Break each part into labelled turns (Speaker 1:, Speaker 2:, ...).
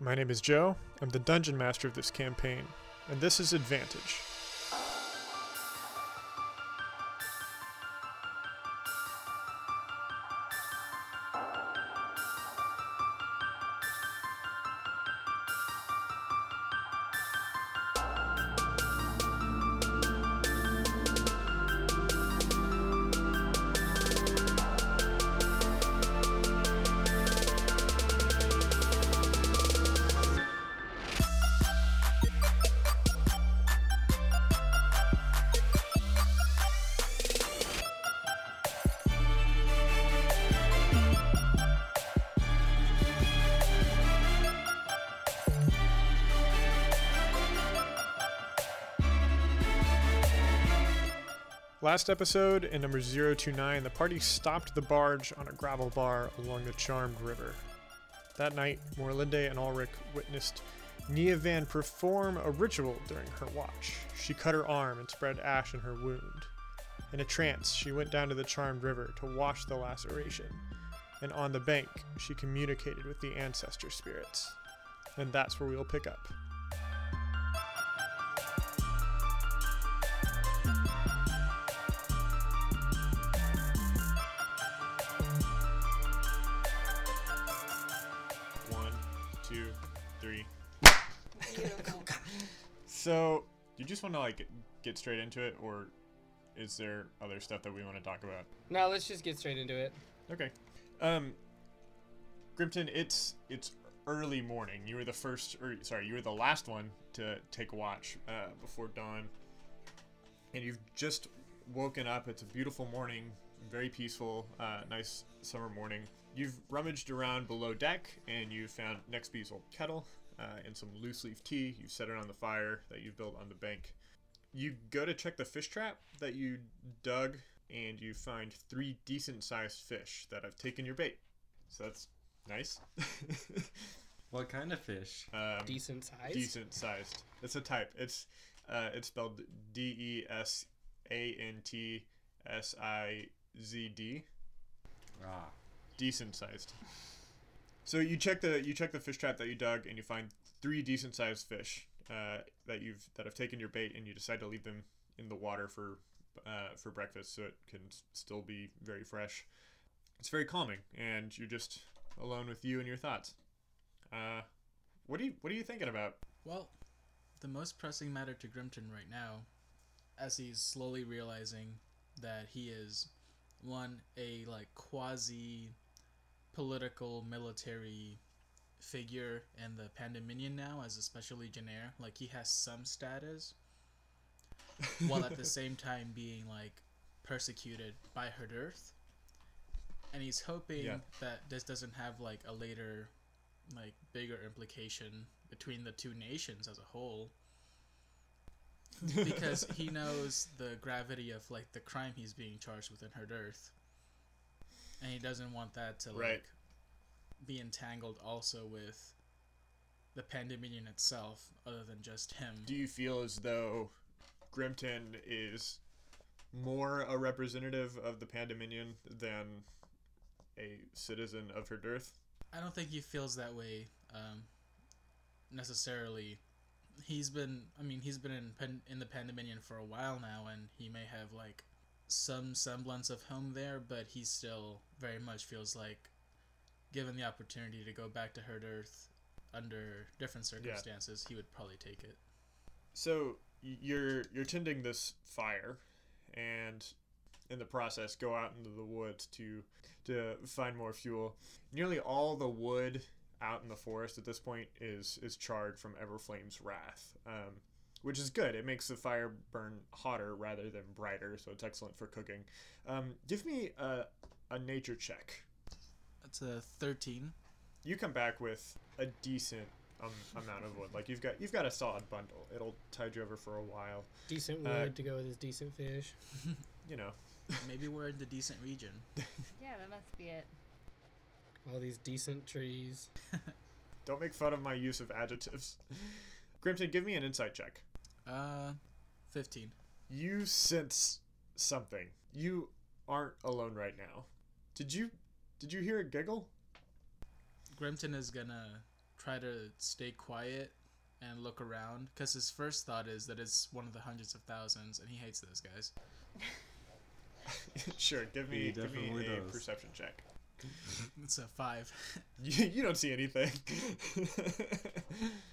Speaker 1: My name is Joe, I'm the dungeon master of this campaign, and this is Advantage. Last episode, in number 029, the party stopped the barge on a gravel bar along the Charmed River. That night, Morlinde and Ulrich witnessed Neovan perform a ritual during her watch. She cut her arm and spread ash in her wound. In a trance, she went down to the Charmed River to wash the laceration, and on the bank, she communicated with the ancestor spirits. And that's where we'll pick up. One, two, three. so, do you just want to like get straight into it, or is there other stuff that we want to talk about?
Speaker 2: Now let's just get straight into it.
Speaker 1: Okay. Um, Grimton, it's it's early morning. You were the first, or sorry, you were the last one to take watch uh, before dawn, and you've just woken up. It's a beautiful morning, very peaceful, uh, nice summer morning. You've rummaged around below deck, and you found Nextby's old kettle uh, and some loose leaf tea. You've set it on the fire that you've built on the bank. You go to check the fish trap that you dug, and you find three decent sized fish that have taken your bait. So that's nice.
Speaker 3: What kind of fish?
Speaker 1: um,
Speaker 2: Decent size.
Speaker 1: decent sized. It's a type. It's uh, it's spelled D E S A N T S I Z D.
Speaker 3: Ah,
Speaker 1: Decent sized. So you check the you check the fish trap that you dug, and you find three decent sized fish uh, that you've that have taken your bait, and you decide to leave them in the water for uh, for breakfast, so it can s- still be very fresh. It's very calming, and you're just alone with you and your thoughts. Uh, what do you what are you thinking about?
Speaker 4: Well, the most pressing matter to Grimton right now, as he's slowly realizing that he is one a like quasi political military figure in the Pandominion now as a special legionnaire, like he has some status while at the same time being like persecuted by Herd Earth. And he's hoping
Speaker 1: Yeah.
Speaker 4: that this doesn't have like a later like bigger implication between the two nations as a whole because he knows the gravity of like the crime he's being charged with in Herd Earth, and he doesn't want that to like
Speaker 1: Right.
Speaker 4: be entangled also with the Pandemonium itself, other than just him.
Speaker 1: Do you feel as though Grimton is more a representative of the Pandominion than a citizen of her dearth?
Speaker 4: I don't think he feels that way um, necessarily. He's been, I mean, he's been in Pen- in the Pandemonium for a while now, and he may have like some semblance of home there, but he still very much feels like, given the opportunity to go back to Herd Earth under different circumstances, he would probably take it.
Speaker 1: So y- you're you're tending this fire, and in the process go out into the woods to to find more fuel. Nearly all the wood out in the forest at this point is is charred from Everflame's wrath, um, which is good. It makes the fire burn hotter rather than brighter, so it's excellent for cooking. Um, give me a, a nature check.
Speaker 4: That's a thirteen.
Speaker 1: You come back with a decent um, amount of wood. Like you've got you've got a solid bundle. It'll tide you over for a while.
Speaker 2: Decent
Speaker 1: Uh,
Speaker 2: wood to go with his decent fish.
Speaker 1: You know.
Speaker 4: Maybe we're in the decent region.
Speaker 5: Yeah, that must be it.
Speaker 2: All these decent trees.
Speaker 1: Don't make fun of my use of adjectives. Grimton, give me an insight check.
Speaker 4: Uh, fifteen.
Speaker 1: You sense something. You aren't alone right now. Did you did you hear a giggle?
Speaker 4: Grimton is gonna try to stay quiet and look around because his first thought is that it's one of the hundreds of thousands, and he hates those guys.
Speaker 1: sure, give me
Speaker 3: He
Speaker 1: give me
Speaker 3: definitely
Speaker 1: a
Speaker 3: does.
Speaker 1: perception check.
Speaker 4: It's a five.
Speaker 1: You, you don't see anything.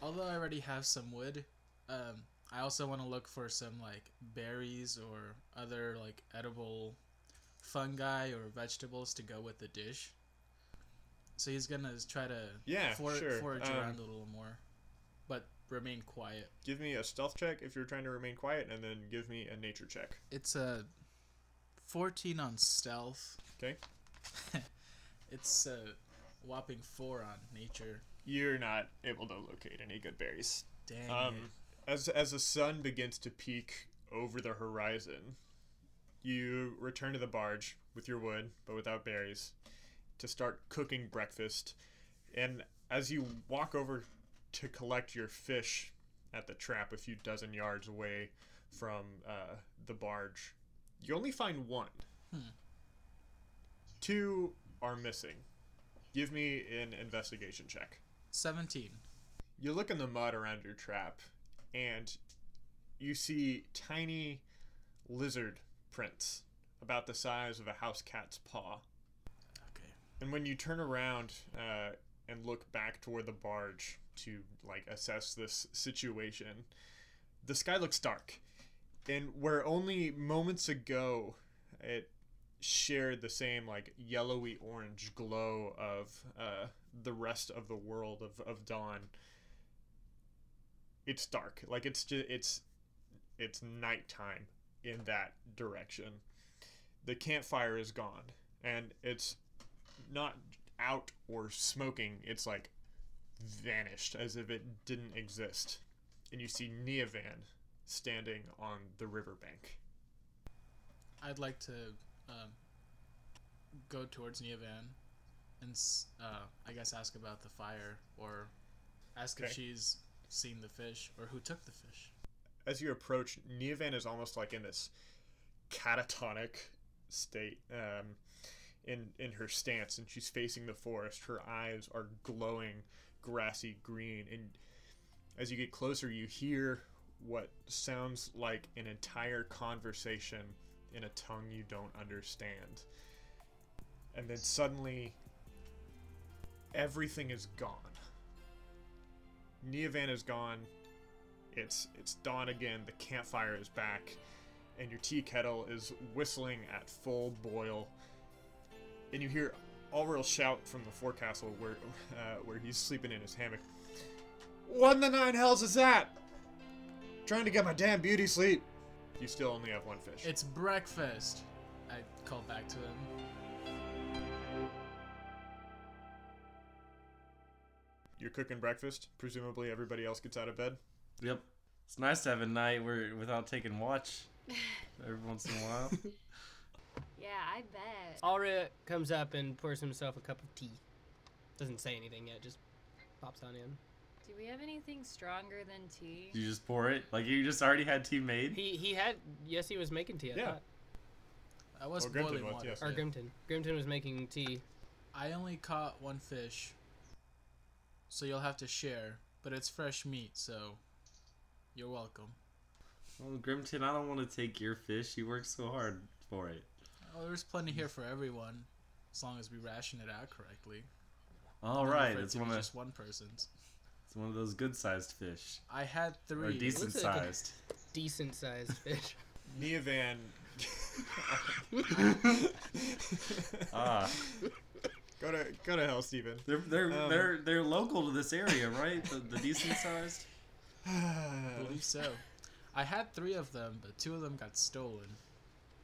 Speaker 4: Although I already have some wood, um, I also want to look for some like berries or other like edible fungi or vegetables to go with the dish. So he's gonna s- try to
Speaker 1: Yeah,
Speaker 4: for-
Speaker 1: sure.
Speaker 4: forage
Speaker 1: Um,
Speaker 4: around a little more, but remain quiet.
Speaker 1: give me a stealth check if you're trying to remain quiet, and then give me a nature check.
Speaker 4: It's a fourteen on stealth.
Speaker 1: Okay.
Speaker 4: it's a whopping four on nature.
Speaker 1: You're not able to locate any good berries.
Speaker 4: Dang
Speaker 1: Um,
Speaker 4: it.
Speaker 1: as as the sun begins to peak over the horizon, you return to the barge with your wood, but without berries, to start cooking breakfast. And as you walk over to collect your fish at the trap, a few dozen yards away from uh, the barge, you only find one.
Speaker 4: Hmm.
Speaker 1: Two are missing. Give me an investigation check
Speaker 4: Seventeen.
Speaker 1: you look in the mud around your trap and you see tiny lizard prints about the size of a house cat's paw.
Speaker 4: Okay.
Speaker 1: And when you turn around uh, and look back toward the barge to like assess this situation, the sky looks dark. And where only moments ago it shared the same like yellowy orange glow of uh, the rest of the world of, of dawn, it's dark. Like it's just it's it's nighttime in that direction. The campfire is gone, and it's not out or smoking. It's like vanished as if it didn't exist. And you see Neovan standing on the riverbank.
Speaker 4: I'd like to um, go towards Neovan and s- uh, I guess ask about the fire or ask if
Speaker 1: Okay.
Speaker 4: she's seen the fish or who took the fish.
Speaker 1: As you approach, Neovan is almost like in this catatonic state um, in in her stance, and she's facing the forest. Her eyes are glowing grassy green, and as you get closer, you hear what sounds like an entire conversation in a tongue you don't understand. And then suddenly, everything is gone. Neovan is gone. It's it's dawn again. The campfire is back, and your tea kettle is whistling at full boil. And you hear Alriel shout from the forecastle where uh, where he's sleeping in his hammock. What in the nine hells is that? Trying to get my damn beauty sleep. You still only have one fish.
Speaker 4: It's breakfast! I called back to him.
Speaker 1: You're cooking breakfast. Presumably everybody else gets out of bed.
Speaker 3: Yep. It's nice to have a night where without taking watch every once in a while.
Speaker 5: Yeah, I bet.
Speaker 1: Oh.
Speaker 2: Alra comes up and pours himself a cup of tea. Doesn't say anything yet, just pops on in.
Speaker 5: Do we have anything stronger than tea?
Speaker 3: you just pour it like you just already had tea made.
Speaker 2: He he had yes he was making tea. I
Speaker 1: Yeah.
Speaker 2: thought.
Speaker 4: I was
Speaker 1: Or Grimton
Speaker 4: boiling
Speaker 1: was,
Speaker 4: water.
Speaker 1: yes.
Speaker 2: Or
Speaker 4: yeah.
Speaker 2: Grimton. Grimton was making tea.
Speaker 4: I only caught one fish, so you'll have to share, but it's fresh meat, so you're welcome.
Speaker 3: Well, Grimton, I don't want to take your fish. You worked so hard for it.
Speaker 4: Oh, there's plenty here for everyone, as long as we ration it out correctly.
Speaker 3: All
Speaker 4: I'm
Speaker 3: right,
Speaker 4: afraid
Speaker 3: it's
Speaker 4: to
Speaker 3: one
Speaker 4: be
Speaker 3: of
Speaker 4: just one person's.
Speaker 3: it's one of those good-sized fish
Speaker 4: I had three.
Speaker 3: or decent-sized.
Speaker 2: Decent sized fish.
Speaker 1: Neovan.
Speaker 3: Ah,
Speaker 1: go to go to hell, Steven.
Speaker 3: they're they're
Speaker 1: Um,
Speaker 3: they're they're local to this area, right? The, the decent-sized.
Speaker 4: I believe so. I had three of them, but two of them got stolen.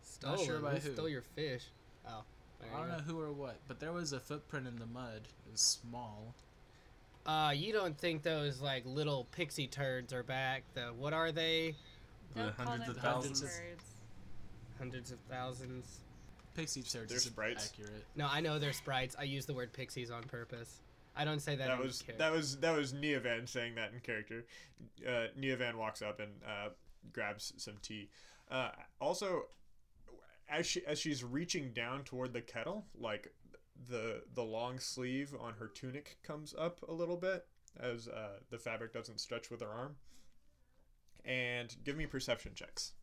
Speaker 2: Stolen.
Speaker 4: sure by
Speaker 2: Who
Speaker 4: who.
Speaker 2: Stole your fish. Oh. there you
Speaker 4: I don't
Speaker 2: go.
Speaker 4: know who or what, but there was a footprint in the mud. It was small.
Speaker 2: Uh, you don't think those like little pixie turds are back? The what are they?
Speaker 5: Don't
Speaker 3: The
Speaker 5: call
Speaker 3: hundreds
Speaker 5: them
Speaker 3: of
Speaker 4: thousands.
Speaker 5: birds.
Speaker 2: Hundreds of thousands.
Speaker 4: Pixie turds
Speaker 1: They're
Speaker 4: is
Speaker 1: sprites?
Speaker 4: accurate.
Speaker 2: No, I know they're sprites. I use the word pixies on purpose. I don't say that.
Speaker 1: That
Speaker 2: in
Speaker 1: was
Speaker 2: character.
Speaker 1: that was that was Neovan saying that in character. Uh, Neovan walks up and uh, grabs some tea. Uh, also, as she as she's reaching down toward the kettle, like the the long sleeve on her tunic comes up a little bit as uh, the fabric doesn't stretch with her arm. And give me perception checks.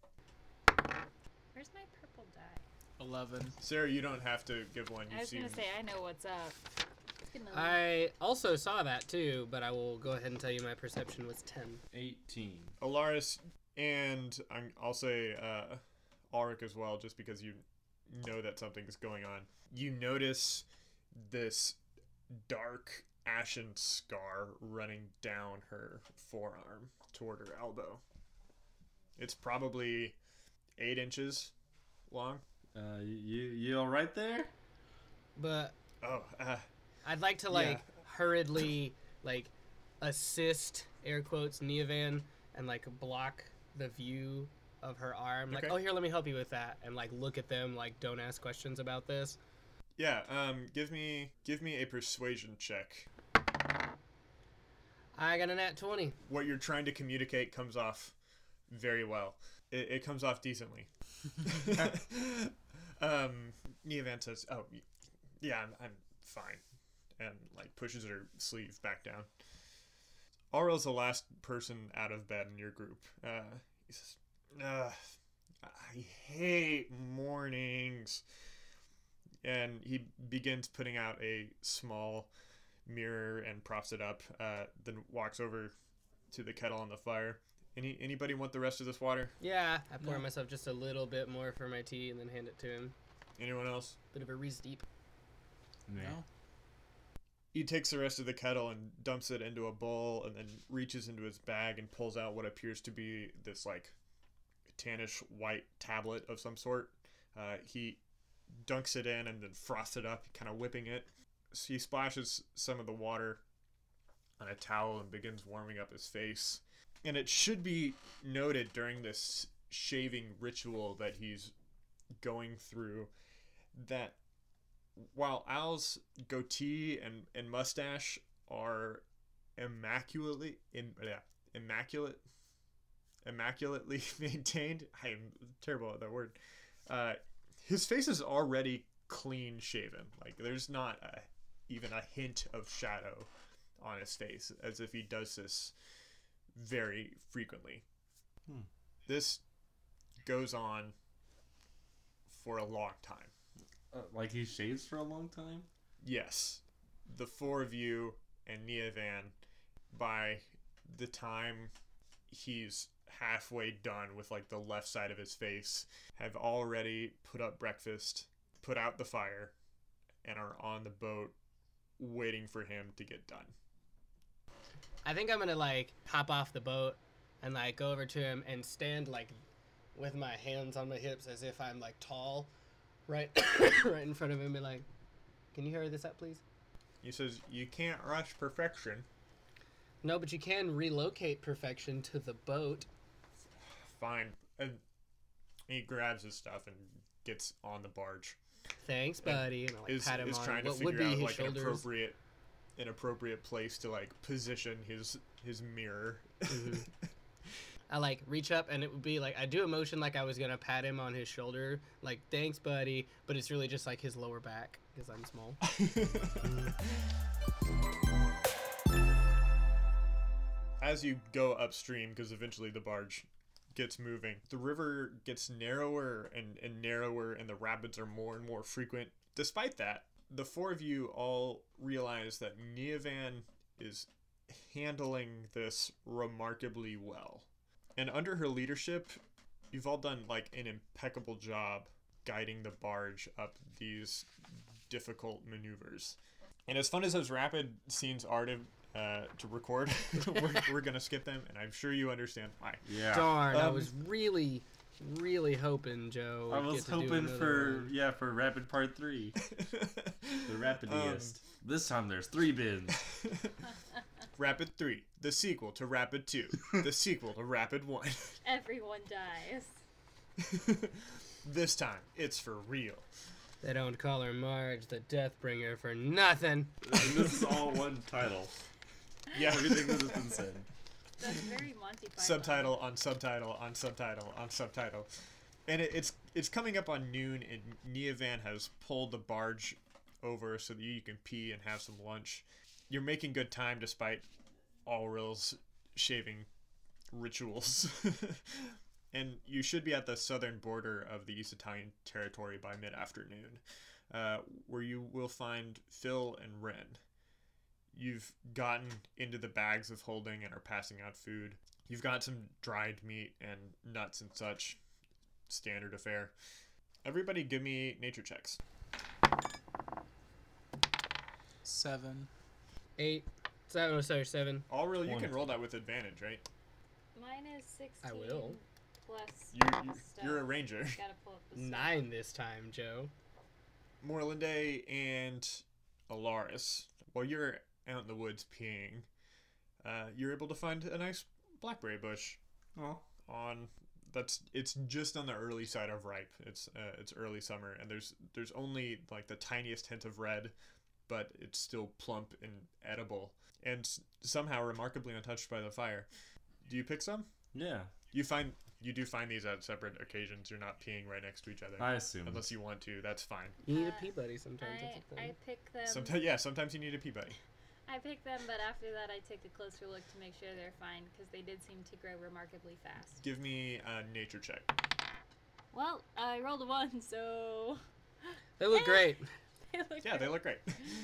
Speaker 5: Where's my purple dye?
Speaker 4: Eleven.
Speaker 1: Sarah, you don't have to give one.
Speaker 5: I
Speaker 1: You've
Speaker 5: was
Speaker 1: seen.
Speaker 5: gonna say I know what's up. It's gonna
Speaker 2: I also saw that too, but I will go ahead and tell you my perception was 10.
Speaker 3: 18.
Speaker 1: Alaris and I'm, I'll say uh, Ulrich as well, just because you know that something's going on. You notice this dark ashen scar running down her forearm toward her elbow. It's probably eight inches long.
Speaker 3: Uh, you you all right there?
Speaker 2: But
Speaker 1: Oh, uh,
Speaker 2: I'd like to like hurriedly like assist air quotes Neovan and like block the view of her arm. Like,
Speaker 1: Okay.
Speaker 2: oh here, let me help you with that, and like look at them. Like, don't ask questions about this.
Speaker 1: yeah. Um, give me give me a persuasion check.
Speaker 2: I got a nat twenty.
Speaker 1: What you're trying to communicate comes off very well. It, it comes off decently. um, Neovan says, "Oh, y- yeah, I'm, I'm fine," and like pushes her sleeve back down. Aurel's the last person out of bed in your group. Uh, he says, Ugh, "I hate mornings," and he begins putting out a small mirror and props it up. Uh, then walks over to the kettle on the fire. Any anybody want the rest of this water?
Speaker 2: Yeah, I pour
Speaker 4: No.
Speaker 2: myself just a little bit more for my tea and then hand it to him.
Speaker 1: Anyone else?
Speaker 2: Bit of a reese deep.
Speaker 4: No.
Speaker 1: he takes the rest of the kettle and dumps it into a bowl and then reaches into his bag and pulls out what appears to be this like tannish white tablet of some sort uh, he dunks it in and then froths it up kind of whipping it so he splashes some of the water on a towel and begins warming up his face and it should be noted during this shaving ritual that he's going through that while Al's goatee and, and mustache are immaculately im, yeah, immaculate immaculately maintained, I am terrible at that word. Uh, his face is already clean shaven. Like there's not a, even a hint of shadow on his face, as if he does this very frequently.
Speaker 3: Hmm.
Speaker 1: This goes on for a long time.
Speaker 3: Uh, like he shaves for a long time?
Speaker 1: Yes. The four of you and Neovan, by the time he's halfway done with like the left side of his face, have already put up breakfast, put out the fire, and are on the boat waiting for him to get done.
Speaker 2: I think I'm gonna like hop off the boat and like go over to him and stand like with my hands on my hips as if I'm like tall, right, right in front of him and be like, "Can you hurry this up, please?"
Speaker 1: He says, You can't rush perfection.
Speaker 2: No, but you can relocate perfection to the boat.
Speaker 1: Fine. And he grabs his stuff and gets on the barge.
Speaker 2: Thanks, buddy. And I, like,
Speaker 1: is,
Speaker 2: pat him
Speaker 1: is
Speaker 2: on
Speaker 1: trying to
Speaker 2: what would
Speaker 1: figure
Speaker 2: be
Speaker 1: out
Speaker 2: his
Speaker 1: like an
Speaker 2: shoulders.
Speaker 1: appropriate an appropriate place to like position his his mirror.
Speaker 2: Mm-hmm. I like reach up and it would be like I do a motion like I was gonna pat him on his shoulder, like thanks, buddy. But it's really just like his lower back because I'm small.
Speaker 1: As you go upstream, because eventually the barge gets moving, the river gets narrower and, and narrower, and the rapids are more and more frequent. Despite that, the four of you all realize that Neovan is handling this remarkably well. And under her leadership, you've all done like an impeccable job guiding the barge up these difficult maneuvers. And as fun as those rapid scenes are to uh, to record, we're, we're gonna skip them, and I'm sure you understand why.
Speaker 3: Yeah.
Speaker 2: Darn, I
Speaker 1: Um,
Speaker 2: was really, really hoping Joe.
Speaker 3: I
Speaker 2: would
Speaker 3: was
Speaker 2: get to do
Speaker 3: hoping
Speaker 2: another
Speaker 3: for
Speaker 2: one.
Speaker 3: yeah for rapid part three, the
Speaker 1: Um,
Speaker 3: rapidiest. this time there's three bins.
Speaker 1: Rapid three, the sequel to Rapid two, the sequel to Rapid one.
Speaker 5: Everyone dies.
Speaker 1: this time, it's for real.
Speaker 2: They don't call her Marge, the Deathbringer, for nothing.
Speaker 3: and this is all one title.
Speaker 1: Yeah.
Speaker 3: Everything that has been said.
Speaker 5: That's very Monty Python.
Speaker 1: subtitle on subtitle on subtitle on subtitle and it, it's it's coming up on noon and neovan has pulled the barge over so that you can pee and have some lunch you're making good time despite Allril's shaving rituals. and you should be at the southern border of the East Italian territory by mid afternoon, uh, where you will find Phil and Wren. You've gotten into the bags of holding and are passing out food. You've got some dried meat and nuts and such. Standard affair. Everybody, give me nature checks.
Speaker 4: Seven.
Speaker 2: Eight. Seven. oh, Sorry, seven.
Speaker 1: All real, you can
Speaker 3: Twenty.
Speaker 1: roll that with advantage, right?
Speaker 5: Mine is 16.
Speaker 2: I will.
Speaker 5: Plus.
Speaker 1: You, you
Speaker 5: stuff.
Speaker 1: you're a ranger.
Speaker 5: Gotta pull up the stuff.
Speaker 2: Nine this time, Joe.
Speaker 1: Morlinde and Alaris, while you're out in the woods peeing, uh, you're able to find a nice blackberry bush
Speaker 3: Oh.
Speaker 1: on that's it's just on the early side of ripe. It's uh, it's early summer and there's there's only like the tiniest hint of red, but it's still plump and edible and s- somehow remarkably untouched by the fire. Do you pick some?
Speaker 3: Yeah.
Speaker 1: You find you do find these at separate occasions. You're not peeing right next to each other.
Speaker 3: I assume.
Speaker 1: Unless you want to, that's fine.
Speaker 2: You need
Speaker 5: Uh,
Speaker 2: a pee buddy sometimes. that's a
Speaker 5: I, I
Speaker 2: thing.
Speaker 5: pick them.
Speaker 1: Sometimes, yeah, sometimes you need a pee buddy.
Speaker 5: I pick them, but after that, I take a closer look to make sure they're fine because they did seem to grow remarkably fast.
Speaker 1: Give me a nature check.
Speaker 5: Well, I rolled a one, so
Speaker 2: They look great.
Speaker 5: they look
Speaker 1: Yeah, they
Speaker 5: great.
Speaker 1: look great.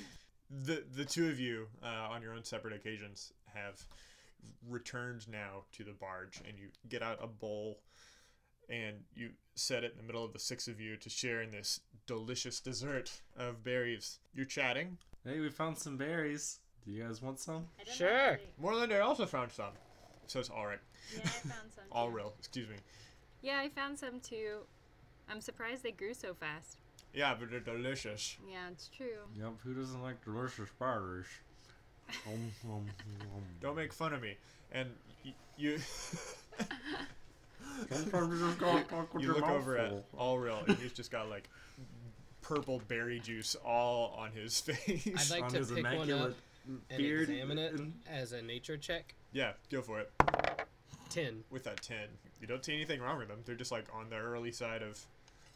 Speaker 1: the The two of you, uh, on your own separate occasions, have returned now to the barge, and you get out a bowl, and you set it in the middle of the six of you to share in this delicious dessert of berries. You're chatting.
Speaker 3: Hey, we found some berries. Do you guys want some?
Speaker 5: I don't
Speaker 2: Sure.
Speaker 5: Know, actually.
Speaker 1: Moreland, I also found some. So it's all right.
Speaker 5: yeah, I found some.
Speaker 1: All
Speaker 5: too.
Speaker 1: real. Excuse me.
Speaker 5: Yeah, I found some too. I'm surprised they grew so fast.
Speaker 1: Yeah, but they're delicious.
Speaker 5: Yeah, it's true.
Speaker 3: Yep. Who doesn't like delicious berries? Um, um, um.
Speaker 1: Don't make fun of me. And y- you.
Speaker 3: Sometimes you just gotta talk with
Speaker 1: you
Speaker 3: your
Speaker 1: look
Speaker 3: mouth
Speaker 1: over at
Speaker 3: full.
Speaker 1: all real and he's just got like purple berry juice all on his
Speaker 2: I'd
Speaker 1: face
Speaker 2: like
Speaker 3: on
Speaker 2: to
Speaker 3: his
Speaker 2: pick one up
Speaker 3: immaculate
Speaker 2: and
Speaker 3: beard.
Speaker 2: examine it
Speaker 3: and-
Speaker 2: as a nature check.
Speaker 1: yeah go for it
Speaker 2: Ten.
Speaker 1: with that 10 you don't see anything wrong with them they're just like on the early side of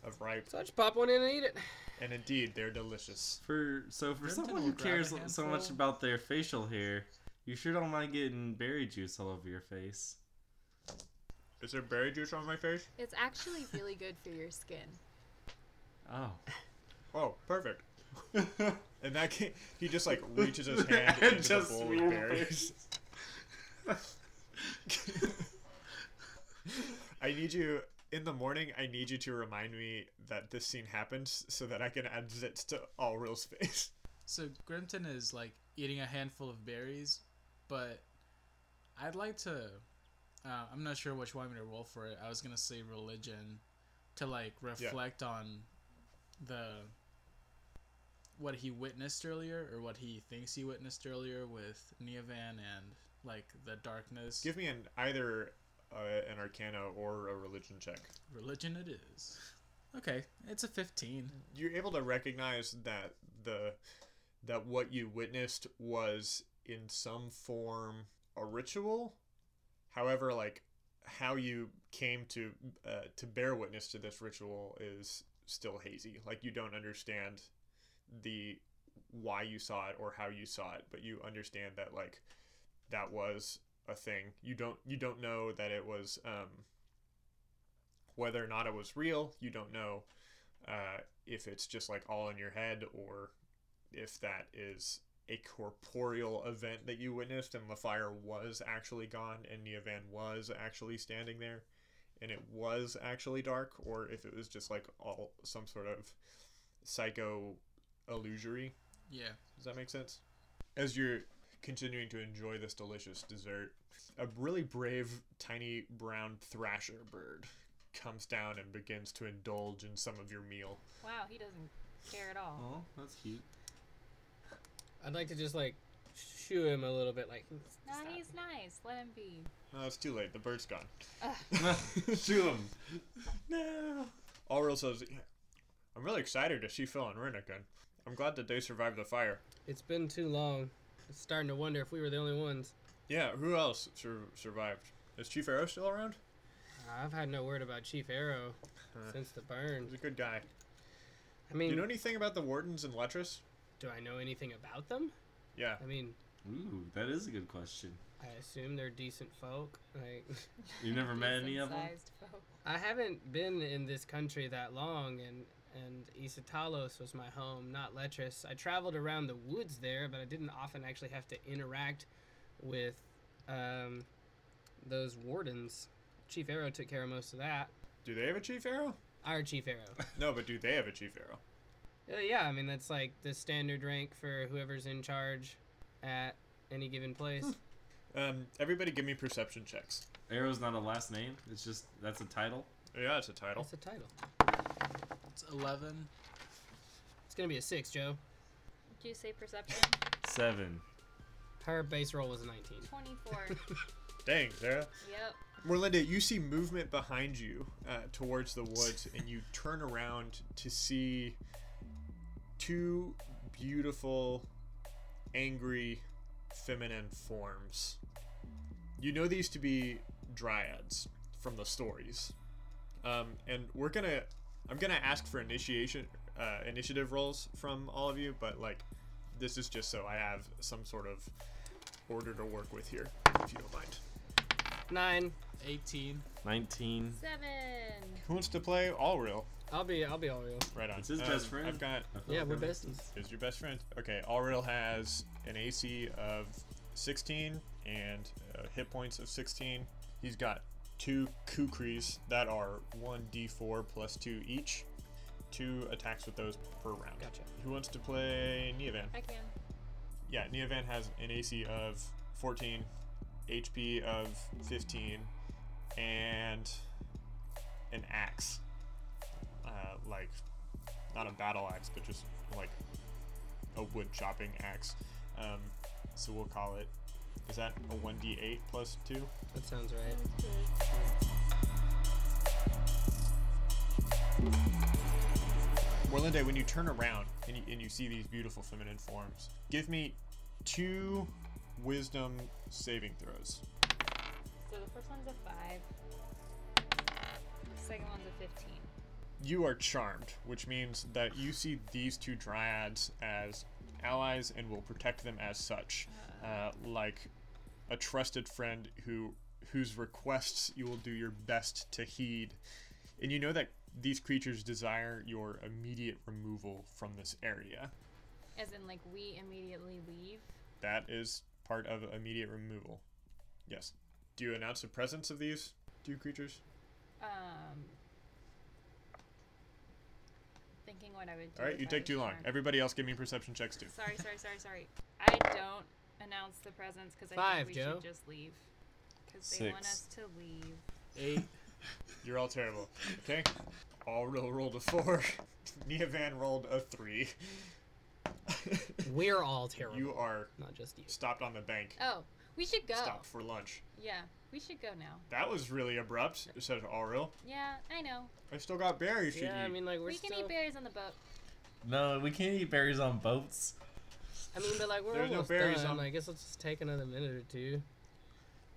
Speaker 1: of ripe
Speaker 2: So I just pop one in and eat it.
Speaker 1: and indeed they're delicious
Speaker 3: For so for
Speaker 4: Brimton
Speaker 3: someone
Speaker 4: will
Speaker 3: who
Speaker 4: grab a
Speaker 3: cares so much
Speaker 4: handful.
Speaker 3: about their facial hair, you sure don't mind getting berry juice all over your face.
Speaker 1: is there berry juice on my face
Speaker 5: It's actually really good for your skin.
Speaker 3: Oh.
Speaker 1: oh perfect and that ca- he just like reaches his hand into
Speaker 3: Just
Speaker 1: the bowl
Speaker 3: real
Speaker 1: of berries i need you in the morning i need you to remind me that this scene happened so that i can add zits to all real's face
Speaker 4: So Grimton is like eating a handful of berries, but I'd like to. Uh, I'm not sure which one I'm gonna roll for it. I was gonna say religion, to like reflect on the what he witnessed earlier or what he thinks he witnessed earlier with Neovan and like the darkness.
Speaker 1: Give me an either uh, an Arcana or a Religion check.
Speaker 4: Religion it is. Okay, it's a 15.
Speaker 1: You're able to recognize that the that what you witnessed was in some form a ritual. However, like how you came to uh, to bear witness to this ritual is still hazy. Like you don't understand the why you saw it or how you saw it, but you understand that like that was a thing. You don't you don't know that it was um, whether or not it was real. You don't know uh, if it's just like all in your head or if that is a corporeal event that you witnessed and the fire was actually gone and Neovan was actually standing there and it was actually dark or if it was just like all some sort of psycho illusory
Speaker 4: Yeah.
Speaker 1: does that make sense? As you're continuing to enjoy this delicious dessert, a really brave tiny brown thrasher bird comes down and begins to indulge in some of your meal.
Speaker 5: Wow, he doesn't care at all.
Speaker 3: Oh, that's cute.
Speaker 2: I'd like to just like shoo him a little bit, like.
Speaker 5: No,
Speaker 2: stop.
Speaker 5: he's nice. Let him be.
Speaker 1: No, it's too late. The bird's gone.
Speaker 3: Shoot him. No.
Speaker 1: Allreal says, I'm really excited to see Phil and Ren again. I'm glad that they survived the fire.
Speaker 2: It's been too long. It's starting to wonder if we were the only ones.
Speaker 1: Yeah, who else sur- survived? Is Chief Arrow still around?
Speaker 2: I've had no word about Chief Arrow
Speaker 1: Huh.
Speaker 2: since the
Speaker 1: He's
Speaker 2: burn.
Speaker 1: a good guy.
Speaker 2: I
Speaker 1: Do
Speaker 2: mean,
Speaker 1: you know anything about the Wardens and Letress?
Speaker 2: do I know anything about them?
Speaker 1: Yeah.
Speaker 2: I mean,
Speaker 3: Ooh, that is a good question.
Speaker 2: I assume they're decent folk. Like
Speaker 3: You never met any of them?
Speaker 5: Decent-sized folk.
Speaker 2: I haven't been in this country that long, and and Isatalos was my home, not Letras. I traveled around the woods there, but I didn't often actually have to interact with um, those wardens. Chief Arrow took care of most of that.
Speaker 1: Do they have a chief arrow?
Speaker 2: Our Chief Arrow.
Speaker 1: No, but do they have a chief arrow?
Speaker 2: Uh, yeah, I mean that's like the standard rank for whoever's in charge at any given place.
Speaker 1: Um, everybody, give me perception checks.
Speaker 3: Arrow's not a last name. It's just that's a title.
Speaker 1: Yeah, it's a title.
Speaker 2: That's a title.
Speaker 4: It's 11.
Speaker 2: It's gonna be a six, Joe.
Speaker 5: Did you say perception?
Speaker 3: Seven.
Speaker 2: Her base roll was a nineteen.
Speaker 5: 24.
Speaker 1: Dang, Sarah.
Speaker 5: yep.
Speaker 1: Merlinda, you see movement behind you uh, towards the woods, and you turn around to see two beautiful, angry, feminine forms. You know these to be dryads from the stories, um, and we're gonna. I'm gonna ask for initiation, uh, initiative rolls from all of you, but like, this is just so I have some sort of order to work with here, if you don't mind.
Speaker 2: Nine.
Speaker 4: 18.
Speaker 3: Nineteen.
Speaker 5: 7.
Speaker 1: Who wants to play all real?
Speaker 2: I'll be I'll be all real.
Speaker 1: Right on.
Speaker 3: It's his
Speaker 1: Um,
Speaker 3: best friend.
Speaker 1: I've got.
Speaker 3: I feel
Speaker 2: Yeah,
Speaker 3: like
Speaker 2: we're
Speaker 3: I'm-
Speaker 2: besties.
Speaker 1: Is your best friend? Okay. All real has an AC of 16 and uh, hit points of 16. He's got two kukris that are 1d4 plus two each. Two attacks with those per round.
Speaker 2: Gotcha.
Speaker 1: Who wants to play Neovan?
Speaker 5: I can.
Speaker 1: Yeah, Neovan has an AC of 14, HP of 15, and an axe. Uh, like, not a battle axe, but just like a wood chopping axe. Um, so we'll call it. Is that a 1d8 plus 2?
Speaker 2: That sounds right.
Speaker 1: Morlinda, when you turn around and you, and you see these beautiful feminine forms, give me two wisdom saving throws.
Speaker 5: So the first one's a 5. Second one's a 15.
Speaker 1: you are charmed, which means that you see these two dryads as allies and will protect them as such, uh, like a trusted friend who whose requests you will do your best to heed. And you know that these creatures desire your immediate removal from this area.
Speaker 5: As in, like, we immediately leave.
Speaker 1: That is part of immediate removal. Yes. Do you announce the presence of these two creatures?
Speaker 5: Um. Thinking what I would do.
Speaker 1: All right,
Speaker 5: if
Speaker 1: you
Speaker 5: I
Speaker 1: take
Speaker 5: was
Speaker 1: too long.
Speaker 5: charmed.
Speaker 1: Everybody else, give me perception checks too.
Speaker 5: Sorry, sorry, sorry, sorry. I don't announce the presence because I
Speaker 2: Five,
Speaker 5: think we
Speaker 2: Joe.
Speaker 5: should just leave. Because they want
Speaker 3: Six.
Speaker 5: us to leave.
Speaker 4: 8.
Speaker 1: You're all terrible. Okay. All roll rolled a four. Neovan rolled a three.
Speaker 2: We're all terrible.
Speaker 1: you are
Speaker 2: Not just you.
Speaker 1: stopped on the bank.
Speaker 5: Oh, we should go.
Speaker 1: Stopped for lunch.
Speaker 5: Yeah, we should go now.
Speaker 1: That was really abrupt, said Auril.
Speaker 5: Yeah, I know.
Speaker 1: I still got berries to
Speaker 2: Yeah,
Speaker 1: eat.
Speaker 2: I mean, like we're
Speaker 5: we can
Speaker 2: still.
Speaker 5: eat berries on the boat.
Speaker 3: No, we can't eat berries on boats.
Speaker 2: I mean, but like we're
Speaker 1: There's no
Speaker 2: almost
Speaker 1: berries
Speaker 2: done.
Speaker 1: on-
Speaker 2: I guess let's just take another minute or two.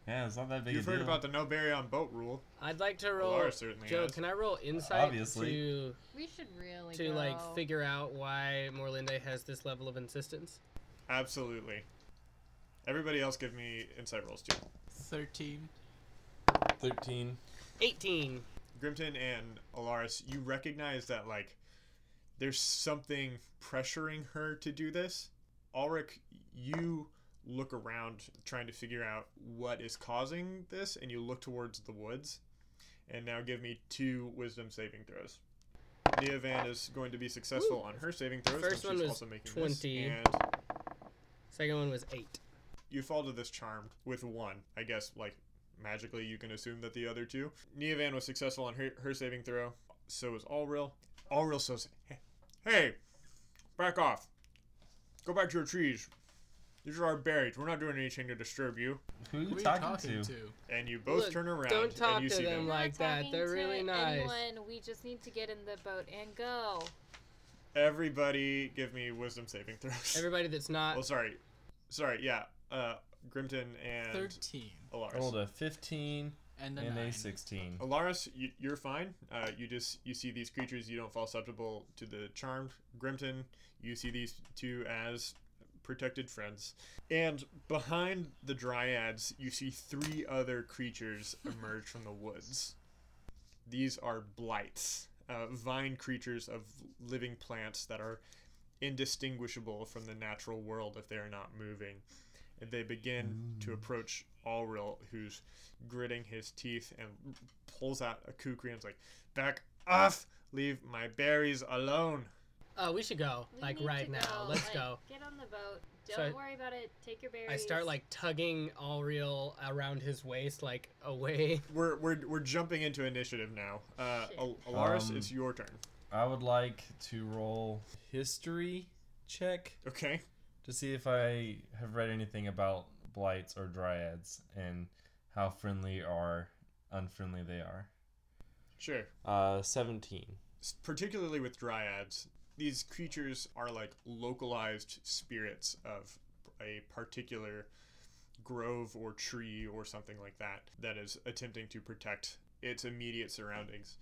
Speaker 3: Yeah, it's not that big.
Speaker 1: You've
Speaker 3: a
Speaker 1: heard
Speaker 3: deal.
Speaker 1: about the no berry on boat rule.
Speaker 2: I'd like to roll.
Speaker 1: Laura certainly
Speaker 2: Joe,
Speaker 1: has.
Speaker 2: can I roll insight
Speaker 3: Obviously.
Speaker 2: to
Speaker 5: We should really
Speaker 2: to
Speaker 5: go.
Speaker 2: like figure out why Morlinde has this level of insistence?
Speaker 1: Absolutely. Everybody else give me insight rolls too.
Speaker 4: 13.
Speaker 3: thirteen.
Speaker 2: Eighteen.
Speaker 1: Grimton and Alaris, you recognize that like there's something pressuring her to do this. Ulrich, you look around trying to figure out what is causing this, and you look towards the woods. And now give me two wisdom saving throws. Neovan is going to be successful on her saving throws.
Speaker 2: First
Speaker 1: and
Speaker 2: one
Speaker 1: she's
Speaker 2: was
Speaker 1: also making this,
Speaker 2: 20.
Speaker 1: and
Speaker 2: Second one was eight.
Speaker 1: you fall to this charmed with one. I guess like magically you can assume that the other two. Neovan was successful on her, her saving throw. So was Allreal. Allreal says, "Hey, back off. Go back to your trees. These are our berries. We're not doing anything to disturb you."
Speaker 3: Who are you
Speaker 4: Who are
Speaker 3: talking, to?
Speaker 1: And you both
Speaker 2: Look,
Speaker 1: turn around
Speaker 2: don't talk
Speaker 1: and you
Speaker 2: to
Speaker 1: see
Speaker 2: them
Speaker 5: We're
Speaker 1: them.
Speaker 5: not
Speaker 2: like that.
Speaker 5: talking
Speaker 2: They're
Speaker 5: to
Speaker 2: really nice.
Speaker 5: Anyone. We just need to get in the boat and go.
Speaker 1: Everybody, give me wisdom saving throws.
Speaker 2: Everybody that's not.
Speaker 1: well, sorry, sorry. Yeah, uh, Grimton and
Speaker 4: 13.
Speaker 1: Alaris.
Speaker 3: Rolled a fifteen
Speaker 4: And a
Speaker 3: and
Speaker 4: 9.
Speaker 3: a sixteen.
Speaker 1: Alaris, you, you're fine. Uh, you just you see these creatures, you don't fall susceptible to the charmed. Grimton, you see these two as protected friends. And behind the dryads, you see three other creatures emerge from the woods. These are blights, uh, vine creatures of living plants that are indistinguishable from the natural world if they are not moving. And they begin to approach Alril, who's gritting his teeth and pulls out a kukri and's like, "Back off! Leave my berries alone!"
Speaker 2: Oh, we should go.
Speaker 5: We
Speaker 2: like
Speaker 5: need
Speaker 2: right
Speaker 5: to
Speaker 2: now. Let's
Speaker 5: Like,
Speaker 2: go.
Speaker 5: Get on the boat.
Speaker 2: So
Speaker 5: Don't
Speaker 2: I-
Speaker 5: worry about it. Take your berries.
Speaker 2: I start like tugging all real around his waist, like away.
Speaker 1: We're we're, we're jumping into initiative now. Uh,
Speaker 5: Shit.
Speaker 1: Al- Alaris,
Speaker 3: Um,
Speaker 1: it's your turn.
Speaker 3: I would like to roll history check
Speaker 1: Okay.
Speaker 3: to see if I have read anything about blights or dryads and how friendly or unfriendly they are.
Speaker 1: Sure.
Speaker 3: Uh, 17.
Speaker 1: S- Particularly with dryads, these creatures are like localized spirits of a particular grove or tree or something like that that is attempting to protect its immediate surroundings.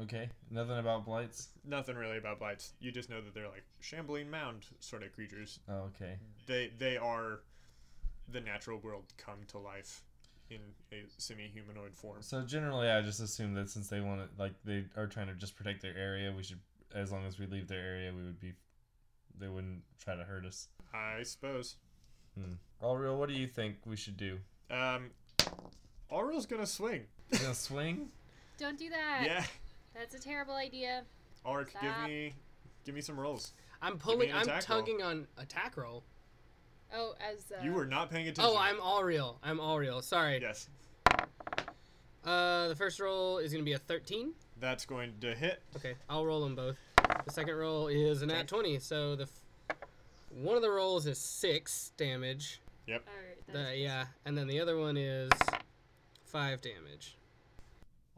Speaker 3: Okay, nothing about blights.
Speaker 1: Nothing really about blights. You just know that they're like shambling mound sort of creatures.
Speaker 3: Oh, okay.
Speaker 1: They they are the natural world come to life in a semi-humanoid form.
Speaker 3: So generally, I just assume that since they want to, like, they are trying to just protect their area, we should, as long as we leave their area, we would be, they wouldn't try to hurt us.
Speaker 1: I suppose.
Speaker 3: Hmm. All real. What do you think we should do?
Speaker 1: Um, Auril's gonna swing.
Speaker 3: You gonna swing?
Speaker 5: Don't do that.
Speaker 1: Yeah,
Speaker 5: That's a terrible idea.
Speaker 1: Auric, give
Speaker 5: Stop.
Speaker 1: me, give me some rolls.
Speaker 2: I'm
Speaker 1: me
Speaker 2: pulling.
Speaker 1: an
Speaker 2: I'm
Speaker 1: attack roll.
Speaker 2: tugging on attack roll.
Speaker 5: Oh, as uh,
Speaker 1: You were not paying attention.
Speaker 2: Oh, I'm all real. I'm all real. Sorry.
Speaker 1: Yes,
Speaker 2: Uh, the first roll is gonna be a 13.
Speaker 1: that's going to hit.
Speaker 2: Okay, I'll roll them both. The second roll is an at 20. So the f- one of the rolls is six damage.
Speaker 5: Alright,
Speaker 2: The-
Speaker 5: that's-
Speaker 2: yeah, and then the other one is five damage.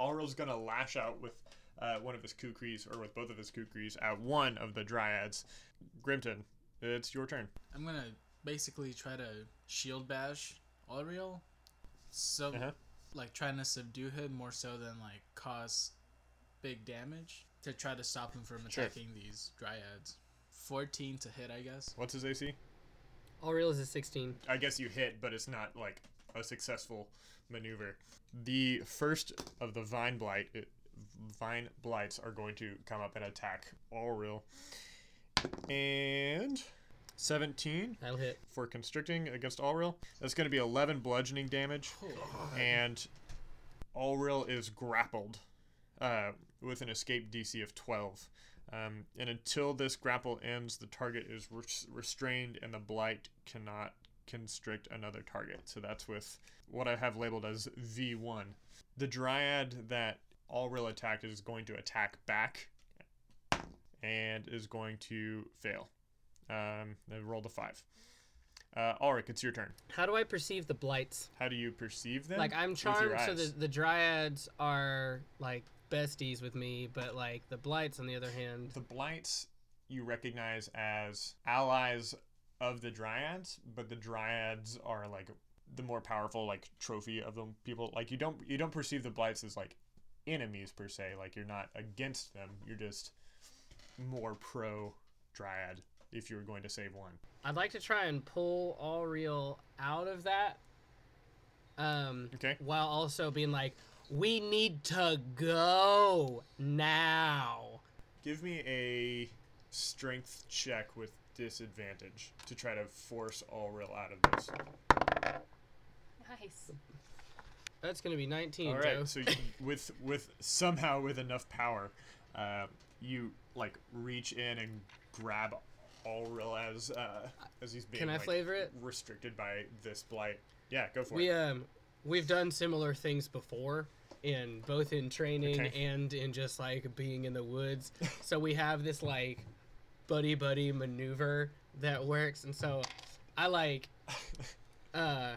Speaker 1: Auril's gonna lash out with uh, one of his kukris, or with both of his kukris, at one of the dryads. Grimton, it's your turn.
Speaker 4: I'm gonna basically try to shield bash Oriel. So
Speaker 2: Um,
Speaker 1: Uh-huh.
Speaker 4: like trying to subdue him more so than like cause big damage to try to stop him from
Speaker 1: Sure.
Speaker 4: attacking these dryads. Fourteen to hit, I guess.
Speaker 1: What's his AC?
Speaker 2: All real is a 16.
Speaker 1: I guess you hit, but it's not like a successful maneuver. The first of the vine blight, vine blights are going to come up and attack Auril, and seventeen
Speaker 2: That'll hit.
Speaker 1: for constricting against Auril. That's going to be eleven bludgeoning damage, and Auril is grappled uh, with an escape DC of twelve. Um, and until this grapple ends, the target is res- restrained, and the blight cannot constrict another target. So that's with what I have labeled as V1. The dryad that all real attacked is going to attack back and is going to fail. Um, I rolled a five. Uh, Ulrich, it's your turn.
Speaker 2: How do I perceive the blights?
Speaker 1: How do you perceive them?
Speaker 2: Like I'm
Speaker 1: With your
Speaker 2: charmed, so the
Speaker 1: eyes.
Speaker 2: the dryads are like besties with me, but like the blights on the other hand,
Speaker 1: The blights you recognize as allies of the dryads, but the dryads are like the more powerful like trophy of them people. Like you don't you don't perceive the blights as like enemies per se. Like you're not against them. You're just more pro dryad if you were going to save one.
Speaker 2: I'd like to try and pull all real out of that. Um,
Speaker 1: Okay.
Speaker 2: While also being like, we need to go now.
Speaker 1: Give me a strength check with disadvantage to try to force all real out of this.
Speaker 5: Nice.
Speaker 2: That's gonna be
Speaker 1: All
Speaker 2: 19. Joe.
Speaker 1: right. uh, So you, with with somehow with enough power, uh, you like reach in and grab Allreal as uh, as he's being
Speaker 2: Can I
Speaker 1: like,
Speaker 2: flavor it?
Speaker 1: restricted by this blight. Yeah, go for
Speaker 2: we
Speaker 1: it.
Speaker 2: um we've done similar things before in both in training
Speaker 1: Okay.
Speaker 2: and in just like being in the woods so we have this like buddy buddy maneuver that works and so i like uh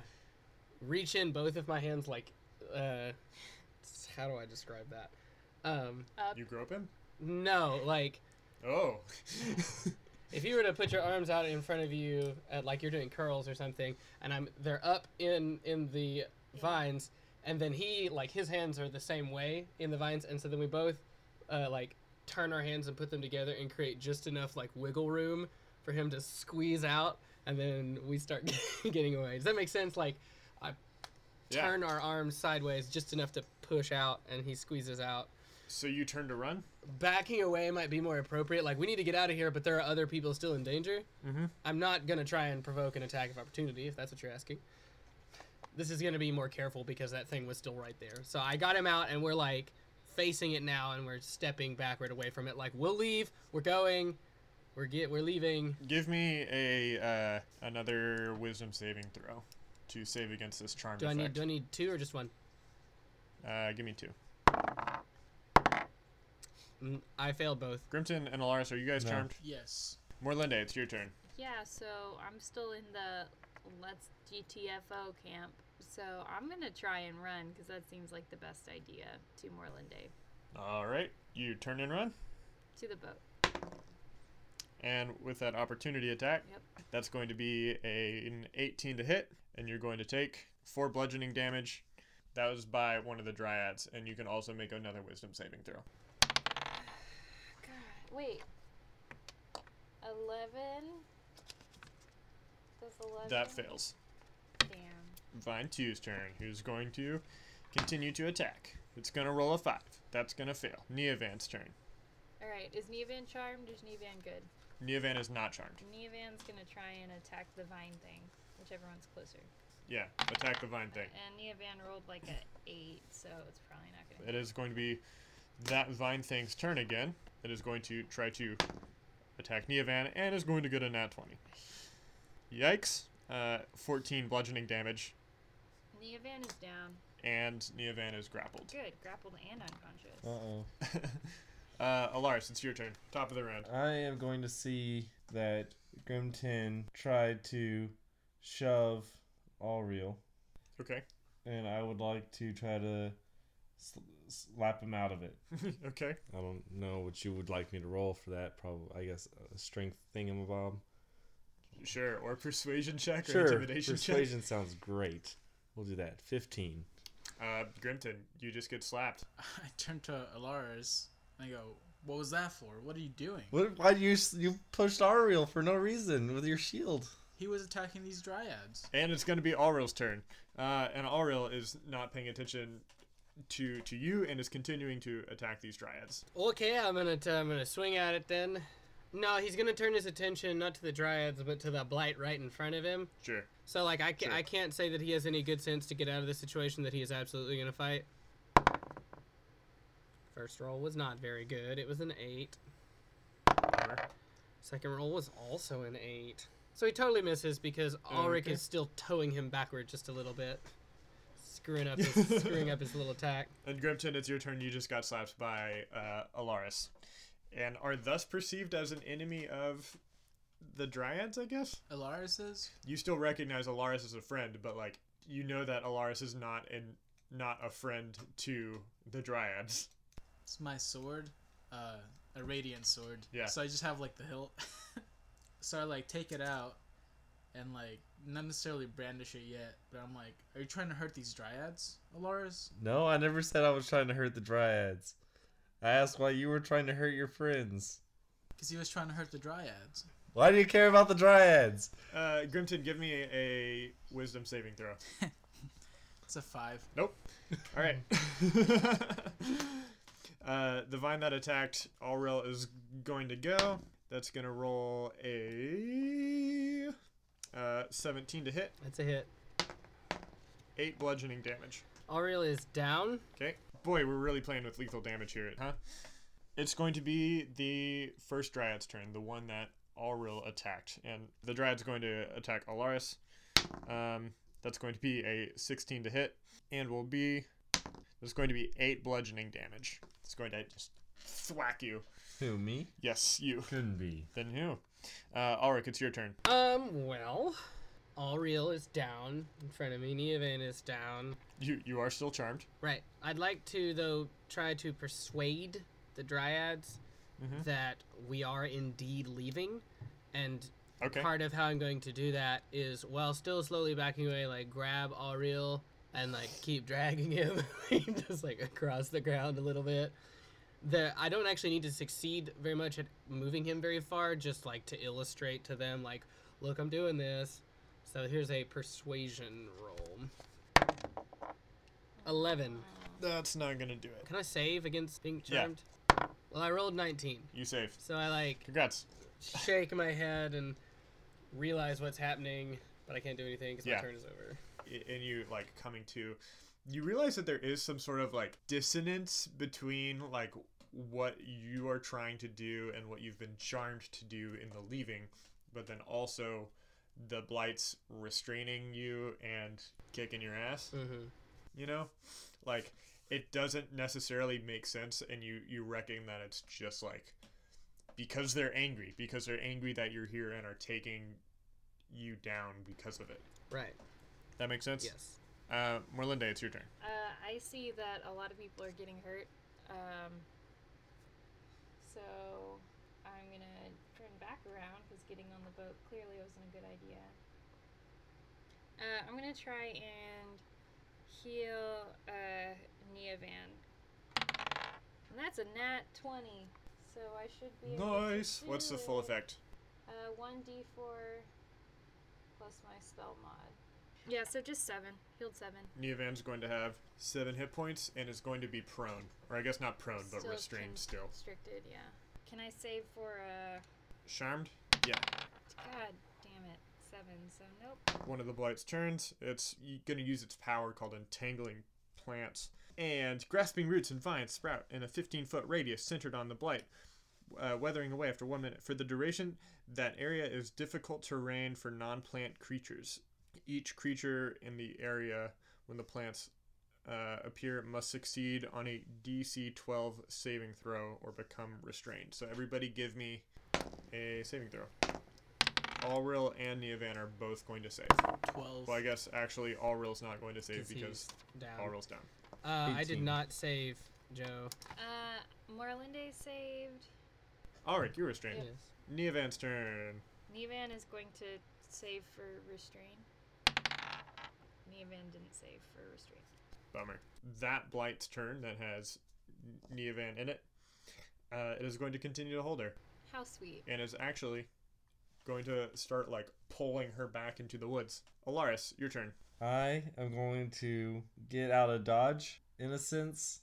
Speaker 2: reach in both of my hands like uh how do i describe that um
Speaker 5: Up.
Speaker 1: You grope him.
Speaker 2: no like
Speaker 1: Oh,
Speaker 2: if you were to put your arms out in front of you at, like you're doing curls or something and i'm they're up in in the vines and then he like his hands are the same way in the vines and so then we both uh, like turn our hands and put them together and create just enough like wiggle room for him to squeeze out and then we start getting away. Does that make sense? Like, I
Speaker 1: Yeah.
Speaker 2: turn our arms sideways just enough to push out, and he squeezes out.
Speaker 1: So you turn to run.
Speaker 2: Backing away might be more appropriate. Like, we need to get out of here, but there are other people still in danger.
Speaker 1: Mm-hmm.
Speaker 2: I'm not gonna try and provoke an attack of opportunity if that's what you're asking. This is gonna be more careful because that thing was still right there. So I got him out, and we're like facing it now, and we're stepping backward away from it. Like we'll leave, we're going, we're get, we're leaving.
Speaker 1: Give me a uh, another wisdom saving throw to save against this charm
Speaker 2: Do I
Speaker 1: effect.
Speaker 2: need do I need two or just one?
Speaker 1: Uh, give me two.
Speaker 2: Mm, I failed both.
Speaker 1: Grimton and Alaris, are you guys
Speaker 3: No.
Speaker 1: charmed?
Speaker 4: Yes.
Speaker 1: Morlinda, it's your turn.
Speaker 5: Yeah, so I'm still in the let's GTFO camp. So I'm gonna try and run because that seems like the best idea to Moreland Day
Speaker 1: All right, you turn and run,
Speaker 5: to the boat.
Speaker 1: and with that opportunity attack,
Speaker 5: Yep.
Speaker 1: that's going to be a, an 18 to hit, and you're going to take four bludgeoning damage. That was by one of the dryads, and you can also make another wisdom saving throw.
Speaker 5: God, wait. Eleven. Does eleven?
Speaker 1: That fails.
Speaker 5: Damn.
Speaker 1: Vine Two's turn, who's going to continue to attack. It's going to roll a five. That's going to fail. Neovan's turn.
Speaker 5: All right. Is Nevan charmed? Is Nevan good?
Speaker 1: Neovan is not charmed.
Speaker 5: Nevan's gonna try and attack the vine thing, whichever one's closer.
Speaker 1: Yeah, attack the vine thing.
Speaker 5: And Nevan rolled like a eight, so it's probably not gonna.
Speaker 1: It is going to be that vine thing's turn again. It is going to try to attack Neovan and is going to get a nat 20. Yikes. Uh, 14 bludgeoning damage,
Speaker 5: Nevan is down.
Speaker 1: and Neovan is grappled.
Speaker 5: Good, grappled and unconscious.
Speaker 3: Uh oh.
Speaker 1: uh, Alaris, it's your turn. Top of the round.
Speaker 3: I am going to see that Grimton tried to shove Allreal,
Speaker 1: Okay.
Speaker 3: and I would like to try to sl- slap him out of it.
Speaker 1: okay.
Speaker 3: I don't know what you would like me to roll for that. Probably, I guess, a strength thingamabob.
Speaker 1: Sure. Or persuasion check or
Speaker 3: Sure.
Speaker 1: intimidation
Speaker 3: Persuasion sounds great. We'll do that. 15.
Speaker 1: check. Uh, Grimton, you just get slapped.
Speaker 4: I turn to Alaris and I go, "What was that for? What are you doing?"
Speaker 3: What, why do you s- you pushed Ariel for no reason with your shield?
Speaker 4: He was attacking these dryads.
Speaker 1: And it's going to be Aurel's turn. Uh, and Aurel is not paying attention to to you and is continuing to attack these dryads.
Speaker 2: Okay, I'm gonna t- I'm gonna swing at it then. No, he's gonna turn his attention not to the dryads but to the blight right in front of him.
Speaker 1: Sure.
Speaker 2: So like I, ca-
Speaker 1: Sure.
Speaker 2: I can't say that he has any good sense to get out of this situation that he is absolutely gonna fight. First roll was not very good. It was an eight.
Speaker 1: Bummer.
Speaker 2: Second roll was also an eight. So he totally misses because Ulrich
Speaker 1: Oh, Okay.
Speaker 2: is still towing him backward just a little bit, screwing up his, screwing up his little attack.
Speaker 1: And Grimton, it's your turn. You just got slapped by uh, Alaris, and are thus perceived as an enemy of the Dryads. I guess
Speaker 4: Alaris says,
Speaker 1: you still recognize Alaris as a friend, but like you know that Alaris is not and not a friend to the Dryads.
Speaker 4: "It's my sword, uh, a radiant sword."
Speaker 1: Yeah.
Speaker 4: So I just have like the hilt. so I like take it out, and like not necessarily brandish it yet, but I'm like, "Are you trying to hurt these dryads, Alaris?"
Speaker 3: No, I never said I was trying to hurt the dryads. I asked why you were trying to hurt your friends.
Speaker 4: Because he was trying to hurt the dryads.
Speaker 3: Why do you care about the dryads?
Speaker 1: Uh, Grimton, give me a, a Wisdom saving throw.
Speaker 4: It's a five.
Speaker 1: Nope. All right. uh, the vine that attacked Aurel is going to go. That's going to roll a uh, 17 to hit,
Speaker 2: That's a hit.
Speaker 1: 8 bludgeoning damage.
Speaker 2: Aurel is down.
Speaker 1: Okay. Boy, we're really playing with lethal damage here, huh? It's going to be the first Dryad's turn, the one that Aurel attacked. And the Dryad's going to attack Alaris. Um, that's going to be a 16 to hit, and will be. There's going to be 8 bludgeoning damage. It's going to just thwack you.
Speaker 3: Who, me?
Speaker 1: Yes, you.
Speaker 3: Couldn't be.
Speaker 1: Then who? Uh, Ulrich, it's your turn.
Speaker 2: Um, well, Allreal is down in front of me. Neovan is down.
Speaker 1: You you are still charmed.
Speaker 2: Right. I'd like to, though, try to persuade the Dryads
Speaker 1: Mhm.
Speaker 2: that we are indeed leaving. And
Speaker 1: Okay.
Speaker 2: part of how I'm going to do that is, while still slowly backing away, like grab Allreal and like keep dragging him just like across the ground a little bit. The, I don't actually need to succeed very much at moving him very far, just like to illustrate to them, like, look, I'm doing this. So here's a persuasion roll. 11.
Speaker 1: That's not gonna do it.
Speaker 2: Can I save against being
Speaker 1: Yeah.
Speaker 2: charmed? Well, I rolled 19.
Speaker 1: You saved.
Speaker 2: So I like
Speaker 1: Congrats.
Speaker 2: shake my head and realize what's happening, but I can't do anything because
Speaker 1: Yeah.
Speaker 2: my turn is over.
Speaker 1: i- and you like coming to you realize that there is some sort of like dissonance between like what you are trying to do and what you've been charmed to do in the leaving but then also the blights restraining you and kicking your ass
Speaker 2: Mm-hmm.
Speaker 1: you know like it doesn't necessarily make sense and you you reckon that it's just like because they're angry because they're angry that you're here and are taking you down because of it
Speaker 2: Right.
Speaker 1: that makes sense
Speaker 2: Yes.
Speaker 1: uh, Morlinda, it's your turn.
Speaker 5: Uh, I see that a lot of people are getting hurt. Um, so I'm gonna turn back around because getting on the boat clearly wasn't a good idea. Uh, I'm gonna try and heal uh, Neovan. And that's a nat 20, so I should be. able to
Speaker 1: Nice. What's the
Speaker 5: do
Speaker 1: full
Speaker 5: it.
Speaker 1: effect?
Speaker 5: Uh, 1d4 plus my spell mod. Yeah, so just 7. Healed 7.
Speaker 1: Neovan's going to have seven hit points and is going to be prone, or I guess not prone, but
Speaker 5: Still
Speaker 1: restrained still.
Speaker 5: Restricted, yeah. Can I save for uh
Speaker 1: Charmed. Yeah.
Speaker 5: God damn it, seven? So nope.
Speaker 1: One of the blight's turns. It's going to use its power called entangling plants and grasping roots and vines sprout in a 15-foot radius centered on the blight. Uh, weathering away after one minute. For the duration, that area is difficult terrain for non plant creatures. Each creature in the area, when the plants uh, appear must succeed on a DC 12 saving throw or become restrained. So everybody give me a saving throw. Allreal and Neovan are both going to save.
Speaker 4: Twelve.
Speaker 1: Well, I guess actually Allreal's not going to save because
Speaker 2: Confused. Down.
Speaker 1: Allreal's down.
Speaker 2: Uh, I did
Speaker 3: 18.
Speaker 2: not save Joe.
Speaker 5: Uh, Morlinde saved.
Speaker 1: Alric, you're restrained.
Speaker 2: Yes.
Speaker 1: Neovan's turn.
Speaker 5: Nevan is going to save for restrain. Nevan didn't save for restrain.
Speaker 1: Bummer. That Blight's turn that has Neovan in it, uh, it is going to continue to hold her.
Speaker 5: How sweet.
Speaker 1: and is actually going to start like pulling her back into the woods. Alaris, your turn.
Speaker 3: I am going to get out of dodge in a sense.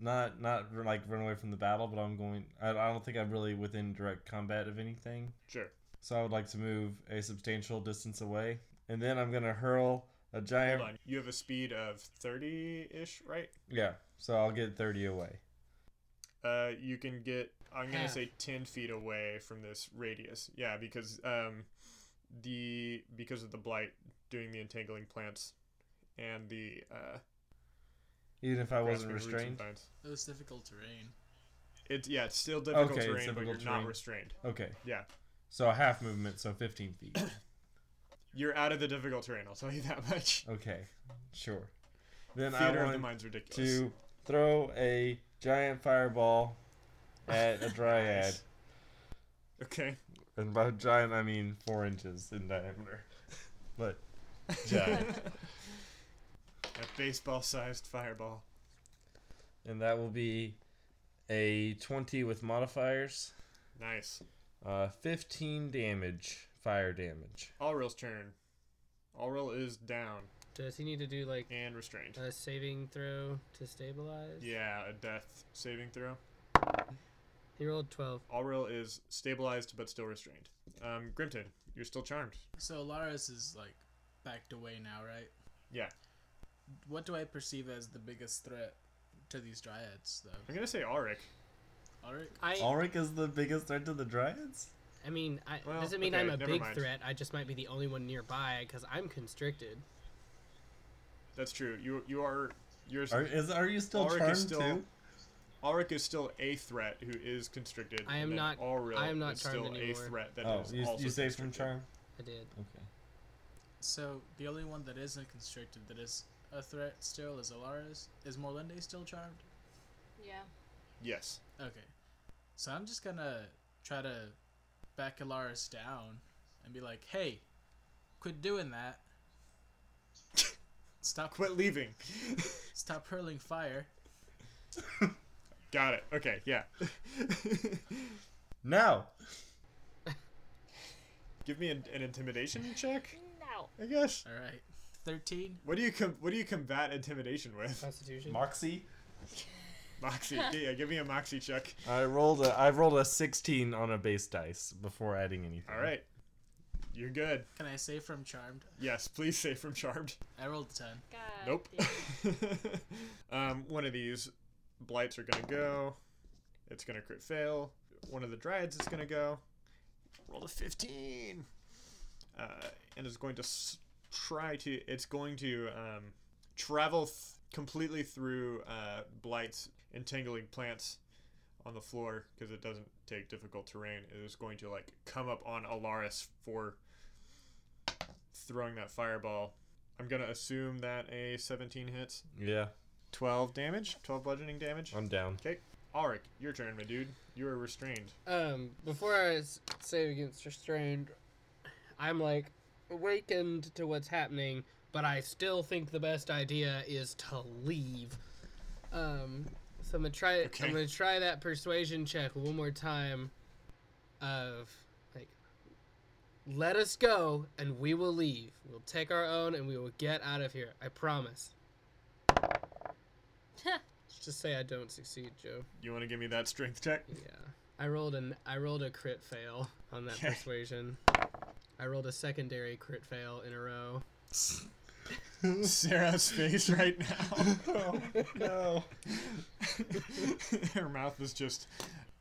Speaker 3: Not not like run away from the battle, but I'm going. I, I don't think I'm really within direct combat of anything,
Speaker 1: Sure.
Speaker 3: so I would like to move a substantial distance away, and then I'm gonna hurl a giant.
Speaker 1: Hold on. You have a speed of 30 ish, right?
Speaker 3: Yeah, so I'll get thirty away.
Speaker 1: Uh, you can get, I'm going to
Speaker 2: Half.
Speaker 1: say 10 feet away from this radius. Yeah, because, um, the, because of the blight doing the entangling plants and the, uh,
Speaker 3: Even if I
Speaker 1: grasping
Speaker 3: wasn't
Speaker 1: roots and
Speaker 3: restrained.
Speaker 1: vines.
Speaker 4: It was difficult terrain.
Speaker 1: It's, yeah, it's still difficult
Speaker 3: Okay, it's
Speaker 1: terrain, but
Speaker 3: difficult
Speaker 1: you're
Speaker 3: terrain.
Speaker 1: not restrained.
Speaker 3: Okay,
Speaker 1: Yeah.
Speaker 3: so a half movement, so fifteen feet.
Speaker 1: You're out of the difficult terrain, I'll tell you that much.
Speaker 3: Okay, sure. Then
Speaker 1: Theater
Speaker 3: I
Speaker 1: of the
Speaker 3: want
Speaker 1: mind's ridiculous.
Speaker 3: to throw a giant fireball at a dryad.
Speaker 1: Nice. Okay.
Speaker 3: And by giant, I mean four inches in diameter. But giant.
Speaker 1: A baseball sized fireball.
Speaker 3: and that will be a 20 with modifiers,
Speaker 1: Nice.
Speaker 3: uh, 15 damage, fire damage.
Speaker 1: Allreal's turn. Allreal is down
Speaker 2: Does he need to do like
Speaker 1: and restrained.
Speaker 2: a saving throw to stabilize?
Speaker 1: Yeah, a death saving throw.
Speaker 2: He rolled 12.
Speaker 1: Allreal is stabilized but still restrained. Um, Grimton, you're still charmed.
Speaker 4: So Laris is like backed away now, right?
Speaker 1: Yeah.
Speaker 4: What do I perceive as the biggest threat to these dryads, though?
Speaker 1: I'm gonna say Auric.
Speaker 4: Alright.
Speaker 2: I
Speaker 3: Ulrich is the biggest threat to the dryads?
Speaker 2: I mean, I,
Speaker 1: Well,
Speaker 2: doesn't mean
Speaker 1: okay,
Speaker 2: I'm a
Speaker 1: never
Speaker 2: big
Speaker 1: mind.
Speaker 2: threat. I just might be the only one nearby because I'm constricted.
Speaker 1: That's true. You you are you're
Speaker 3: Are, is, are you still
Speaker 1: Ulrich
Speaker 3: charmed
Speaker 1: is still
Speaker 3: too?
Speaker 1: Ulrich is still a threat who is constricted.
Speaker 2: I am
Speaker 1: and then
Speaker 2: not-
Speaker 1: Allreal
Speaker 2: I am not
Speaker 1: is
Speaker 2: charmed
Speaker 1: still
Speaker 2: anymore.
Speaker 1: a threat that is
Speaker 3: Oh, you,
Speaker 1: also
Speaker 3: you saved from
Speaker 1: constricted.
Speaker 3: charm?
Speaker 2: I did.
Speaker 3: Okay.
Speaker 4: So the only one that isn't constricted that is a threat still is Alaris. Is Morlinde still charmed?
Speaker 5: Yeah.
Speaker 1: Yes.
Speaker 4: Okay. So I'm just gonna try to back Alaris down and be like, hey, quit doing that. Stop
Speaker 1: Quit leaving.
Speaker 4: stop hurling fire.
Speaker 1: Got it. Okay. Yeah.
Speaker 3: Now!
Speaker 1: Give me an, an intimidation check,
Speaker 5: No.
Speaker 1: I guess.
Speaker 4: All right. 13.
Speaker 1: What do you com- What do you combat intimidation with?
Speaker 2: Constitution.
Speaker 3: Moxie.
Speaker 1: Moxie, yeah, give me a moxie check.
Speaker 3: I rolled a I rolled a 16 on a base dice before adding anything.
Speaker 1: All right, you're good.
Speaker 4: Can I save from charmed?
Speaker 1: Yes, please save from charmed.
Speaker 4: I rolled a 10.
Speaker 5: God.
Speaker 1: Nope.
Speaker 5: damn.
Speaker 1: um, one of these blights are gonna go. It's gonna crit fail. One of the dryads is gonna go. Roll a fifteen, uh, and is going to s- try to. It's going to um, travel th- completely through uh, blights, entangling plants on the floor because it doesn't take difficult terrain. It is going to like come up on Alaris for throwing that fireball. I'm gonna assume that a 17 hits.
Speaker 3: Yeah,
Speaker 1: 12 damage. 12 bludgeoning damage.
Speaker 3: I'm down.
Speaker 1: Okay, Alric, your turn, my dude. You are restrained.
Speaker 2: Um, before I s- save against restrained, I'm like awakened to what's happening, but I still think the best idea is to leave. Um, so I'm gonna try.
Speaker 1: Okay.
Speaker 2: I'm gonna try that persuasion check one more time. Of like, let us go, and we will leave. We'll take our own, and we will get out of here. I promise. Let's just say I don't succeed, Joe.
Speaker 1: You want to give me that strength check?
Speaker 2: Yeah. I rolled an I rolled a crit fail on that
Speaker 1: Okay.
Speaker 2: persuasion. I rolled a secondary crit fail in a row.
Speaker 1: Sarah's face right now. oh, no. Her mouth is just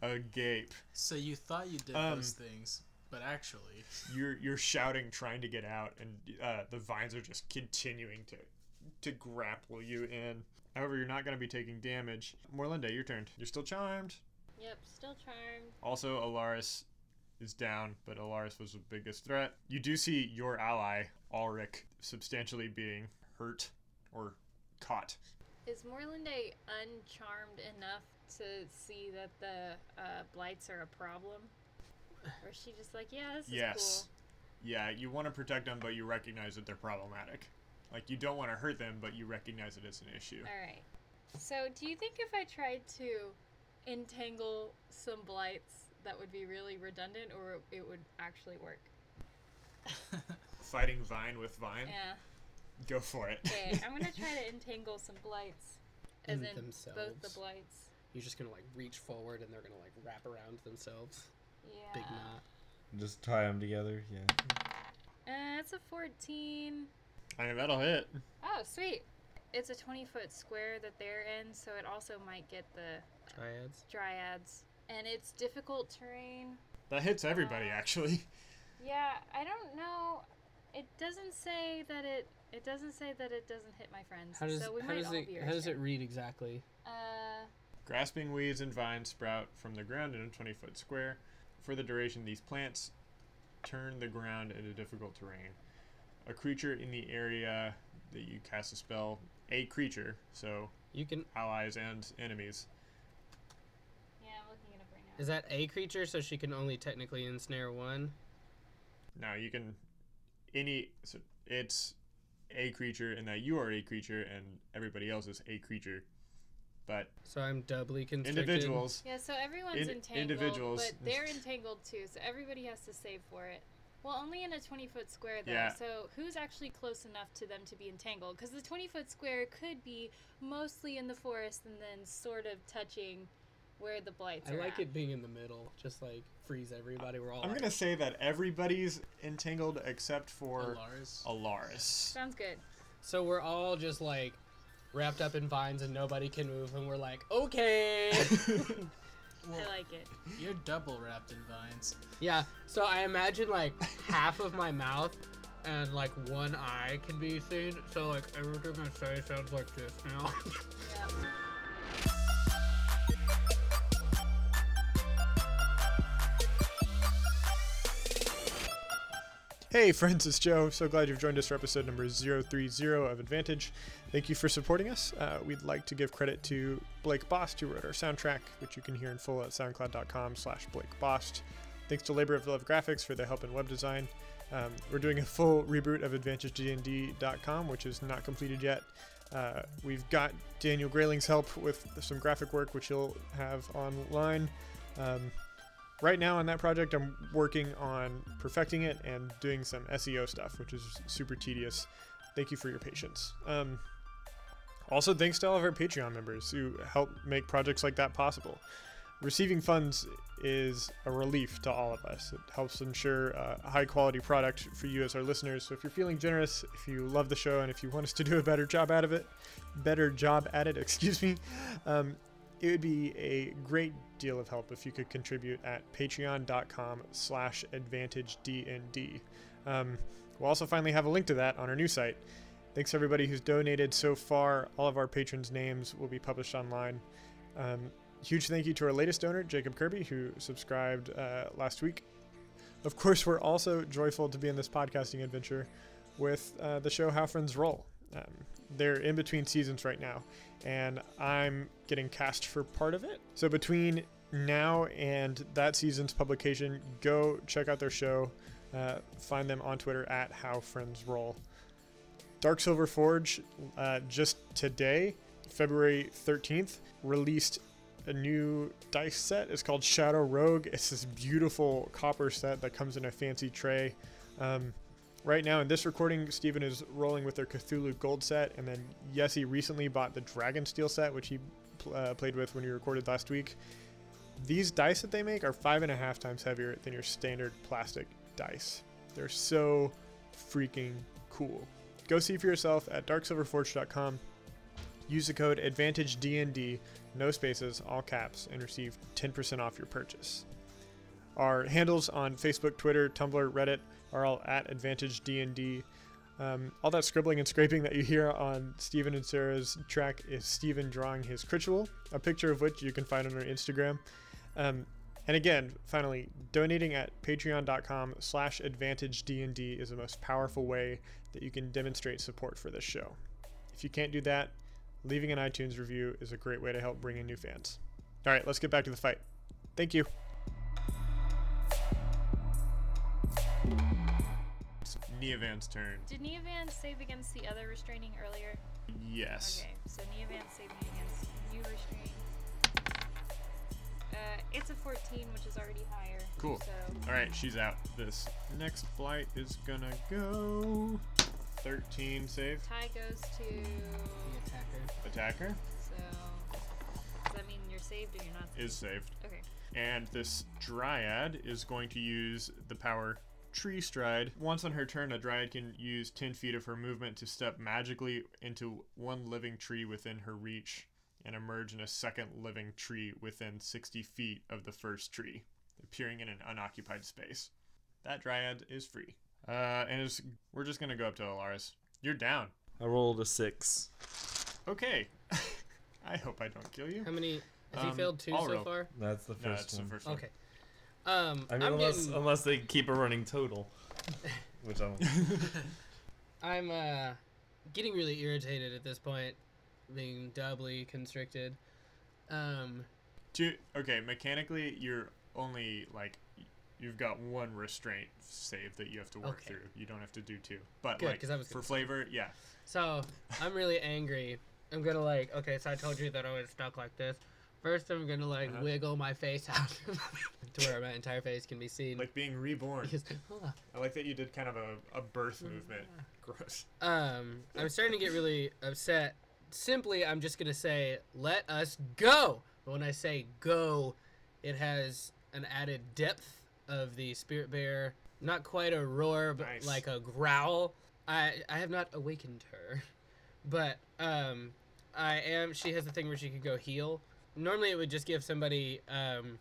Speaker 1: agape.
Speaker 4: So you thought you did
Speaker 1: Um,
Speaker 4: those things, but actually,
Speaker 1: You're you're shouting, trying to get out, and uh, the vines are just continuing to to grapple you in. However, you're not going to be taking damage. Morlinda, your turn. You're still charmed.
Speaker 5: Yep, still charmed.
Speaker 1: Also, Alaris is down, but Alaris was the biggest threat. You do see your ally, Ulrich, substantially being hurt or caught.
Speaker 5: Is Morlande uncharmed enough to see that the uh, blights are a problem? Or is she just like, yeah, this is
Speaker 1: yes. Yeah, you want to protect them, but you recognize that they're problematic. Like, you don't want to hurt them, but you recognize it as an issue.
Speaker 5: cool? Alright. So, do you think if I tried to entangle some blights, that would be really redundant or it would actually work?
Speaker 1: Fighting vine with vine,
Speaker 5: Yeah.
Speaker 1: go for it.
Speaker 5: Okay, I'm gonna try to entangle some blights. As
Speaker 2: In
Speaker 5: in both the
Speaker 2: themselves.
Speaker 5: blights.
Speaker 2: You're just gonna like reach forward and they're gonna like wrap around themselves.
Speaker 5: Yeah.
Speaker 2: Big knot.
Speaker 3: Just tie them together. Yeah.
Speaker 5: Uh, it's a 14.
Speaker 1: I mean, that'll hit.
Speaker 5: Oh, sweet. It's a 20 foot square that they're in, so it also might get the
Speaker 2: Triads.
Speaker 5: dryads. And it's difficult terrain.
Speaker 1: That hits
Speaker 5: Uh,
Speaker 1: everybody, actually.
Speaker 5: Yeah, I don't know. It doesn't say that it. It doesn't say that it doesn't hit my friends.
Speaker 2: How does
Speaker 5: so we
Speaker 2: how
Speaker 5: might
Speaker 2: does
Speaker 5: all
Speaker 2: it
Speaker 5: be
Speaker 2: how does it
Speaker 5: irritated.
Speaker 2: read exactly?
Speaker 5: Uh,
Speaker 1: Grasping weeds and vines sprout from the ground in a 20 foot square. For the duration, these plants turn the ground into difficult terrain. A creature in the area that you cast a spell, a creature, so
Speaker 2: You can
Speaker 1: allies and enemies.
Speaker 5: yeah, I'm looking it up right now.
Speaker 2: is that a creature so she can only technically ensnare one?
Speaker 1: Now you can. Any. So it's a creature, and that you are a creature, and everybody else is a creature. But
Speaker 2: So I'm doubly constricted.
Speaker 1: individuals.
Speaker 5: Yeah, so everyone's
Speaker 1: In-
Speaker 5: entangled,
Speaker 1: individuals.
Speaker 5: but they're entangled too. So everybody has to save for it. Well, only in a twenty-foot square though.
Speaker 1: Yeah.
Speaker 5: So who's actually close enough to them to be entangled? Because the twenty-foot square could be mostly in the forest and then sort of touching where the blights
Speaker 2: I
Speaker 5: are.
Speaker 2: like
Speaker 5: at.
Speaker 2: it being in the middle. Just like freeze everybody. We're all
Speaker 1: I'm
Speaker 2: like,
Speaker 1: gonna say that everybody's entangled except for
Speaker 4: Alaris.
Speaker 1: Alaris.
Speaker 5: Sounds good.
Speaker 2: So we're all just like wrapped up in vines and nobody can move, and we're like, okay.
Speaker 4: Well,
Speaker 5: I like it.
Speaker 4: you're double wrapped in vines.
Speaker 2: yeah. So I imagine like half of my mouth and like one eye can be seen. So like everything I say sounds like this now.
Speaker 5: Yeah.
Speaker 1: Hey friends, it's Joe. So glad you've joined us for episode number 030 of Advantage. Thank you for supporting us. Uh, we'd like to give credit to Blake Bost, who wrote our soundtrack, which you can hear in full at soundcloud.com slash Blake Bost. Thanks to Labor of Love Graphics for their help in web design. Um, we're doing a full reboot of AdvantageDND.com, which is not completed yet. Uh, we've got Daniel Grayling's help with some graphic work, which he'll have online. Um, right now on that project, I'm working on perfecting it and doing some SEO stuff, which is super tedious. Thank you for your patience. Um, also, thanks to all of our Patreon members who help make projects like that possible. Receiving funds is a relief to all of us. It helps ensure uh, a high quality product for you as our listeners. So if you're feeling generous, if you love the show, and if you want us to do a better job out of it, better job at it, excuse me, um, it would be a great deal of help if you could contribute at patreon.com slash advantagednd. Um, we'll also finally have a link to that on our new site. Thanks to everybody who's donated so far. All of our patrons' names will be published online. Um, huge thank you to our latest donor, Jacob Kirby, who subscribed uh, last week. Of course, we're also joyful to be in this podcasting adventure with uh, the show How Friends Roll. Um, they're in between seasons right now, and I'm getting cast for part of it. So between now and that season's publication, go check out their show. Uh, find them on Twitter at How Friends Roll. Dark Silver Forge uh, just today, February 13th, released a new dice set. It's called Shadow Rogue. It's this beautiful copper set that comes in a fancy tray. Um, right now, in this recording, Steven is rolling with their Cthulhu Gold set, and then Yessi recently bought the Dragon Steel set, which he pl- uh, played with when we recorded last week. These dice that they make are five and a half times heavier than your standard plastic dice. They're so freaking cool. Go see for yourself at darksilverforge.com. Use the code AdvantageDND, no spaces, all caps, and receive 10% off your purchase. Our handles on Facebook, Twitter, Tumblr, Reddit are all at AdvantageDND. Um, all that scribbling and scraping that you hear on Steven and Sarah's track is Steven drawing his critual, a picture of which you can find on our Instagram. Um, and again, finally, donating at patreon.com slash advantagednd is the most powerful way that you can demonstrate support for this show. If you can't do that, leaving an iTunes review is a great way to help bring in new fans. All right, let's get back to the fight. Thank you. It's Neovan's turn.
Speaker 5: Did Neovan save against the other restraining earlier?
Speaker 1: Yes.
Speaker 5: Okay, so Neovan saved me against you restraining. Uh, it's a 14, which is already higher.
Speaker 1: Cool.
Speaker 5: So
Speaker 1: All right, she's out. This next flight is gonna go 13 save
Speaker 5: tie goes to.
Speaker 2: The attacker.
Speaker 1: attacker
Speaker 5: So does that mean you're saved or you're not?
Speaker 1: is saved,
Speaker 5: Okay.
Speaker 1: and this dryad is going to use the power tree stride. Once on her turn, a dryad can use 10 feet of her movement to step magically into one living tree within her reach and emerge in a second living tree within 60 feet of the first tree, appearing in an unoccupied space. That dryad is free. Uh, and it's, we're just gonna go up to Alaris. You're down.
Speaker 3: I rolled a six.
Speaker 1: Okay. I hope I don't kill you.
Speaker 2: How many? Has he
Speaker 1: Um,
Speaker 2: failed two
Speaker 1: I'll
Speaker 2: so
Speaker 1: roll.
Speaker 2: far?
Speaker 3: That's the
Speaker 1: No,
Speaker 3: first
Speaker 1: that's the
Speaker 3: one.
Speaker 1: first one.
Speaker 2: Okay. Um,
Speaker 3: I mean,
Speaker 2: I'm
Speaker 3: unless
Speaker 2: getting,
Speaker 3: unless they keep a running total, which I don't.
Speaker 2: I'm uh, getting really irritated at this point, being doubly constricted. Um,
Speaker 1: Two, okay, mechanically, you're only like y- you've got one restraint save that you have to work
Speaker 2: Okay.
Speaker 1: through. You don't have to do two, but
Speaker 2: Good,
Speaker 1: like
Speaker 2: 'cause I was
Speaker 1: for
Speaker 2: gonna say.
Speaker 1: flavor, yeah,
Speaker 2: so I'm really angry. I'm gonna like, okay, so I told you that I was stuck like this. First, I'm gonna like
Speaker 1: Uh-huh.
Speaker 2: wiggle my face out to where my entire face can be seen.
Speaker 1: like being reborn.
Speaker 2: Because, ugh.
Speaker 1: I like that you did kind of a, a birth
Speaker 2: Mm.
Speaker 1: movement. Gross.
Speaker 2: Um, I'm starting to get really upset. Simply, I'm just gonna say, "Let us go." But when I say "go," it has an added depth of the spirit bear. Not quite a roar, but
Speaker 1: Nice.
Speaker 2: like a growl. I I have not awakened her, but um, I am. She has a thing where she can go heal. Normally, it would just give somebody um,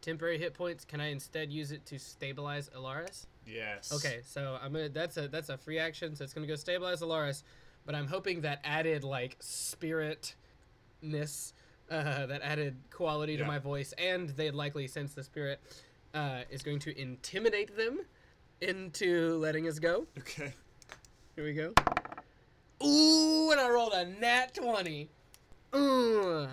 Speaker 2: temporary hit points. Can I instead use it to stabilize Alaris?
Speaker 1: Yes.
Speaker 2: Okay, so I'm gonna. That's a that's a free action, so it's gonna go stabilize Alaris, but I'm hoping that added like spiritness, uh, that added quality to
Speaker 1: Yeah.
Speaker 2: my voice, and they likely sense the spirit, uh, is going to intimidate them into letting us go.
Speaker 1: Okay.
Speaker 2: Here we go. Ooh, and I rolled a nat twenty. Ooh.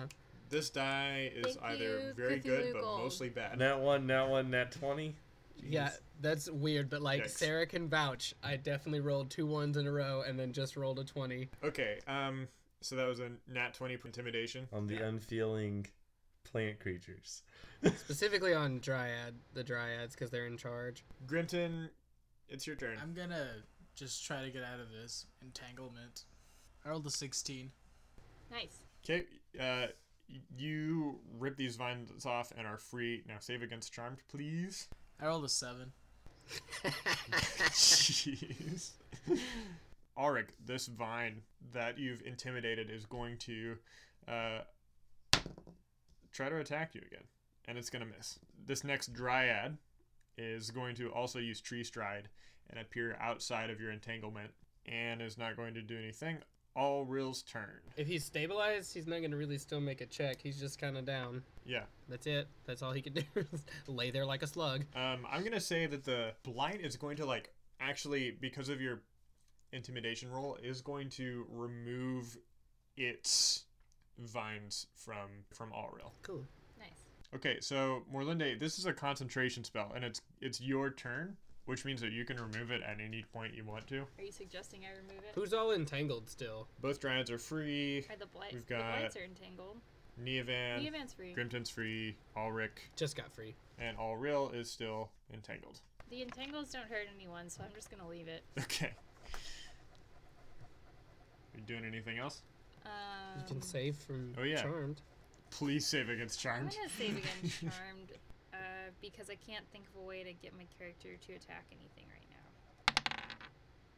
Speaker 1: This die is
Speaker 5: Thank
Speaker 1: either
Speaker 5: you,
Speaker 1: very good
Speaker 5: Cthulhu
Speaker 1: but
Speaker 5: Gold.
Speaker 1: mostly bad.
Speaker 3: Nat one, nat one, nat twenty.
Speaker 2: Yeah, that's weird, but like
Speaker 1: Yikes.
Speaker 2: Sarah can vouch. I definitely rolled two ones in a row and then just rolled a twenty.
Speaker 3: Oh.
Speaker 1: Okay. Um. So that was a nat twenty for intimidation.
Speaker 3: on the unfeeling plant creatures.
Speaker 2: Specifically on Dryad, the Dryads, because they're in charge.
Speaker 1: Grimton, it's your turn.
Speaker 4: I'm gonna just try to get out of this entanglement. I rolled a 16.
Speaker 5: Nice.
Speaker 1: Okay, uh, y- you rip these vines off and are free. Now save against charmed, please.
Speaker 4: I rolled a 7.
Speaker 1: Jeez. Auric, this vine that you've intimidated is going to uh, try to attack you again, and it's going to miss. This next dryad is going to also use tree stride and appear outside of your entanglement and is not going to do anything. All Rill's turn.
Speaker 2: if he's stabilized, he's not going to really still make a check. He's just kind of down.
Speaker 1: Yeah.
Speaker 2: That's it. That's all he can do. is Lay there like a slug.
Speaker 1: Um, I'm gonna say that the blight is going to like actually because of your intimidation roll is going to remove its vines from from Allreal.
Speaker 2: Cool.
Speaker 5: Nice.
Speaker 1: Okay, so Morlinde, this is a concentration spell, and it's it's your turn, which means that you can remove it at any point you want to.
Speaker 5: Are you suggesting I remove it?
Speaker 2: Who's all entangled still?
Speaker 1: Both dryads are free.
Speaker 5: Are the blight?
Speaker 1: We've
Speaker 5: The blights
Speaker 1: got-
Speaker 5: are entangled.
Speaker 1: Neovan,
Speaker 5: the event's free.
Speaker 1: Grimton's free. Ulrich
Speaker 2: Just got free.
Speaker 1: and Allreal is still entangled.
Speaker 5: The entangles don't hurt anyone, so I'm just gonna leave it.
Speaker 1: Okay. You doing anything else?
Speaker 5: Um,
Speaker 2: You can save from
Speaker 1: Oh, yeah.
Speaker 2: charmed.
Speaker 1: Please save against
Speaker 5: I'm
Speaker 1: charmed.
Speaker 5: gonna save against charmed, uh, because I can't think of a way to get my character to attack anything right now.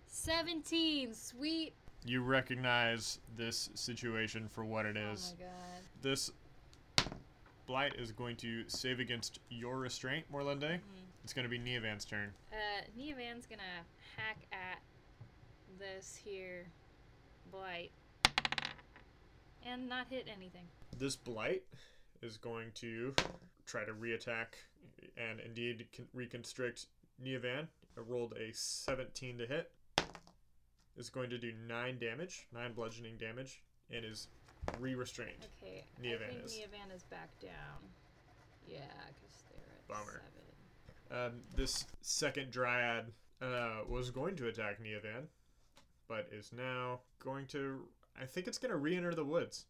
Speaker 5: Seventeen, sweet.
Speaker 1: you recognize this situation for what it is.
Speaker 5: Oh my god.
Speaker 1: this blight is going to save against your restraint, Morlande.
Speaker 5: Mm-hmm.
Speaker 1: It's going to be Neovan's turn.
Speaker 5: Uh, Neovan's gonna hack at this here blight and not hit anything.
Speaker 1: This blight is going to try to reattack and indeed con- reconstrict Neovan. It rolled a 17 to hit. It's going to do 9 damage, 9 bludgeoning damage, and is re restrained.
Speaker 5: Okay, I
Speaker 1: Neovan
Speaker 5: think
Speaker 1: is.
Speaker 5: Neovan is back down. Yeah, because they're at
Speaker 1: Bummer.
Speaker 5: seven.
Speaker 1: Um, this second dryad uh, was going to attack Neovan, but is now going to. I think it's going to re-enter the woods.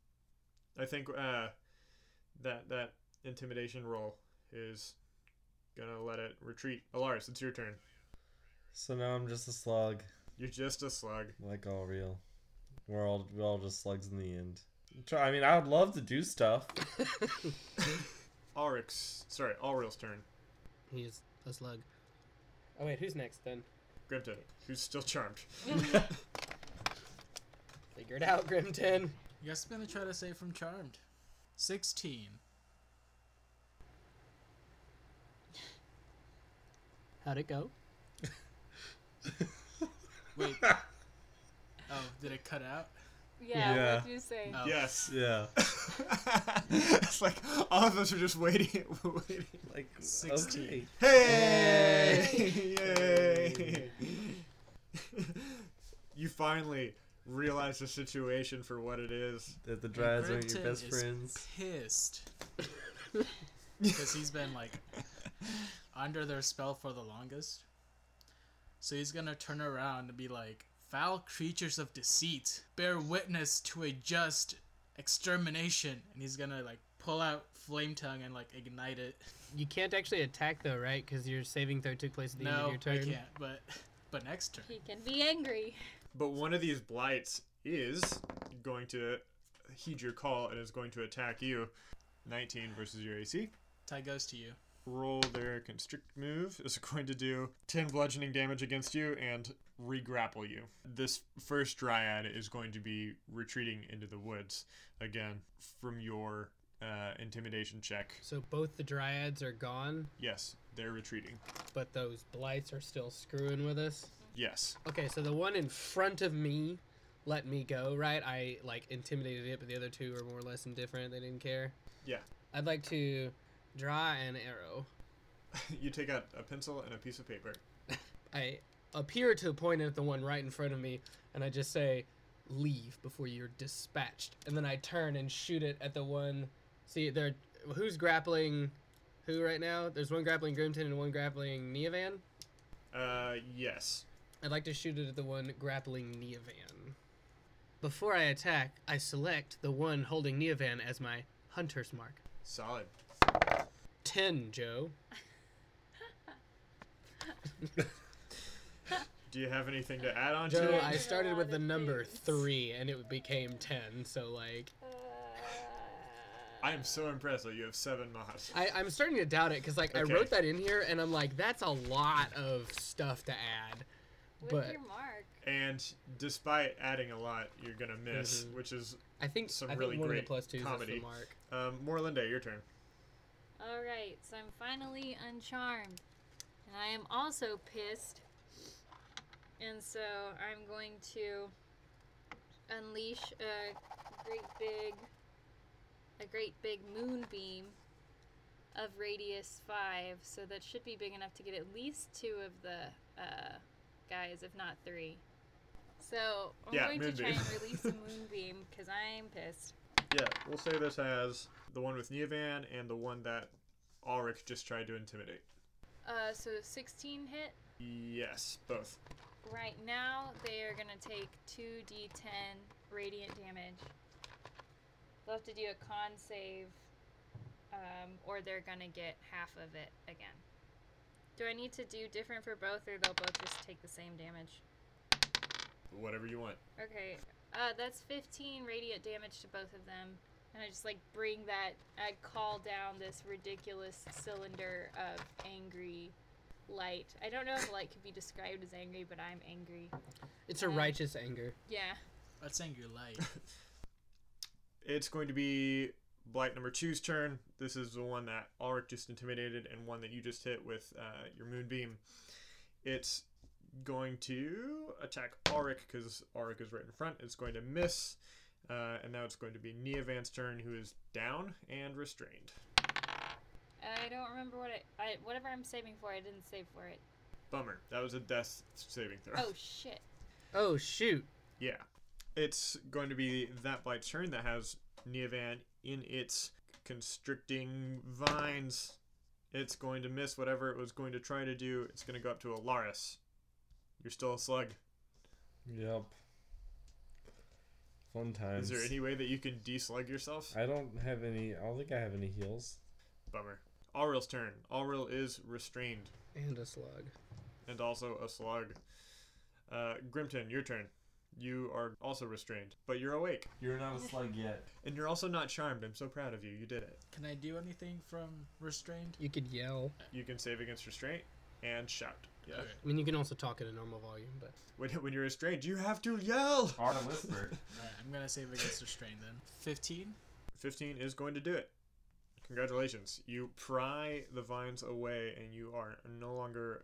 Speaker 1: I think uh, that that intimidation roll is gonna let it retreat. Alaris, it's your turn.
Speaker 3: So now I'm just a slug,
Speaker 1: You're just a slug.
Speaker 3: like all real. We're all we're all just slugs in the end. I'm try- I mean, I would love to do stuff.
Speaker 1: Ulrich's, sorry, Ulrich's turn.
Speaker 2: He's a slug. Oh wait, who's next then?
Speaker 1: Grimton, who's still charmed.
Speaker 2: Figure it out, Grimton.
Speaker 4: You guys gonna try to save from charmed. 16.
Speaker 2: How'd it go?
Speaker 4: Wait. oh, did it cut out?
Speaker 5: Yeah,
Speaker 3: Yeah.
Speaker 5: what do you say?
Speaker 4: Oh.
Speaker 1: Yes.
Speaker 3: Yeah.
Speaker 1: it's like all of us are just waiting, waiting.
Speaker 3: Like
Speaker 4: 16.
Speaker 3: okay.
Speaker 1: Hey! Yay! you finally realize the situation for what it is.
Speaker 3: That the dryads aren't your
Speaker 4: Brenton
Speaker 3: best
Speaker 4: is
Speaker 3: friends.
Speaker 4: Pissed. Because he's been like under their spell for the longest. So he's gonna turn around and be like, Foul creatures of deceit, bear witness to a just extermination. And he's gonna like pull out Flame Tongue and like ignite it.
Speaker 2: You can't actually attack though, right? Because your saving throw took place at the end of
Speaker 4: No,
Speaker 2: your
Speaker 4: I
Speaker 2: turn.
Speaker 4: can't. But but next turn.
Speaker 5: He can be angry.
Speaker 1: But one of these blights is going to heed your call and is going to attack you. 19 versus your AC.
Speaker 4: Tie goes to you.
Speaker 1: Roll their constrict move is going to do 10 bludgeoning damage against you and re-grapple you. This first dryad is going to be retreating into the woods again from your uh, intimidation check.
Speaker 2: So both the dryads are gone,
Speaker 1: Yes, they're retreating.
Speaker 2: but those blights are still screwing with us.
Speaker 1: Yes.
Speaker 2: Okay, so the one in front of me let me go, right? I like intimidated it, but the other two were more or less indifferent. They didn't care.
Speaker 1: Yeah.
Speaker 2: I'd like to draw an arrow.
Speaker 1: You take out a pencil and a piece of paper.
Speaker 2: I appear to point at the one right in front of me, and I just say, "Leave before you're dispatched." And then I turn and shoot it at the one. See, there. Who's grappling? Who right now? There's one grappling Grimton and one grappling Neovan.
Speaker 1: Uh, yes.
Speaker 2: I'd like to shoot it at the one grappling Neovan. Before I attack, I select the one holding Neovan as my hunter's mark.
Speaker 1: Solid.
Speaker 2: Ten, Joe.
Speaker 1: Do you have anything to add on to
Speaker 2: Joe,
Speaker 1: it?
Speaker 2: I
Speaker 5: did a
Speaker 2: started
Speaker 5: lot
Speaker 2: with
Speaker 5: of
Speaker 2: the number
Speaker 5: things.
Speaker 2: three, and it became ten. So like,
Speaker 5: Uh,
Speaker 1: I am so impressed that you have seven mods.
Speaker 2: I, I'm starting to doubt it because like I
Speaker 1: Okay.
Speaker 2: wrote that in here, and I'm like, that's a lot of stuff to add.
Speaker 5: with
Speaker 2: but-
Speaker 5: your mark.
Speaker 1: And despite adding a lot, you're gonna miss,
Speaker 2: Mhm.
Speaker 1: which is
Speaker 2: I think
Speaker 1: Some
Speaker 2: I think
Speaker 1: really
Speaker 2: one of
Speaker 1: great
Speaker 2: the plus twos is
Speaker 1: comedy.
Speaker 2: the mark.
Speaker 1: um, Morlinda. Your turn.
Speaker 5: All right, so I'm finally uncharmed, and I am also pissed, and so I'm going to unleash a great big, a great big moonbeam of radius five. So that should be big enough to get at least two of the uh, guys, if not three. So I'm
Speaker 1: Yeah,
Speaker 5: going to try
Speaker 1: moonbeam.
Speaker 5: and release a moonbeam because I'm pissed.
Speaker 1: Yeah, we'll say this has the one with Neovan and the one that Ulrich just tried to intimidate.
Speaker 5: Uh, so 16 hit.
Speaker 1: Yes, both.
Speaker 5: Right now, they are gonna take 2d10 radiant damage. They'll have to do a con save, um, or they're gonna get half of it again. Do I need to do different for both, or they'll both just take the same damage?
Speaker 1: Whatever you want.
Speaker 5: Okay, uh, that's 15 radiant damage to both of them. And I just like bring that, I call down this ridiculous cylinder of angry light. I don't know if light could be described as angry, but I'm angry.
Speaker 2: It's a
Speaker 5: Um,
Speaker 2: righteous anger.
Speaker 5: Yeah.
Speaker 4: That's saying you're light.
Speaker 1: It's going to be Blight number two's turn. This is the one that Ulrich just intimidated and one that you just hit with uh, your moonbeam. It's going to attack Ulrich because Ulrich is right in front. It's going to miss. Uh, and now it's going to be Neovan's turn, who is down and restrained.
Speaker 5: I don't remember what I, I whatever I'm saving for. I didn't save for it.
Speaker 1: Bummer. That was a death saving throw.
Speaker 5: Oh shit!
Speaker 2: Oh shoot!
Speaker 1: Yeah. It's going to be that blight's turn that has Neovan in its constricting vines. It's going to miss whatever it was going to try to do. It's going to go up to Alaris. You're still a slug.
Speaker 3: Yep. Fun
Speaker 1: Is
Speaker 3: times.
Speaker 1: there any way that you can deslug yourself?
Speaker 3: I don't have any. I don't think I have any heals.
Speaker 1: Bummer. Alril's turn. Alril is restrained
Speaker 2: And a slug.
Speaker 1: and also a slug. Uh, Grimton, your turn. You are also restrained, but you're awake.
Speaker 3: You're not a slug yet.
Speaker 1: And you're also not charmed. I'm so proud of you. You did it.
Speaker 4: Can I do anything from restrained?
Speaker 2: You could yell.
Speaker 1: You can save against restraint and shout. Yeah.
Speaker 4: Okay.
Speaker 2: I mean, you can also talk at a normal volume, but
Speaker 1: When, when you're restrained, you have to yell.
Speaker 3: Hard to whisper.
Speaker 4: Alright, I'm gonna save against restrained then. Fifteen.
Speaker 1: 15 is going to do it. Congratulations. You pry the vines away and you are no longer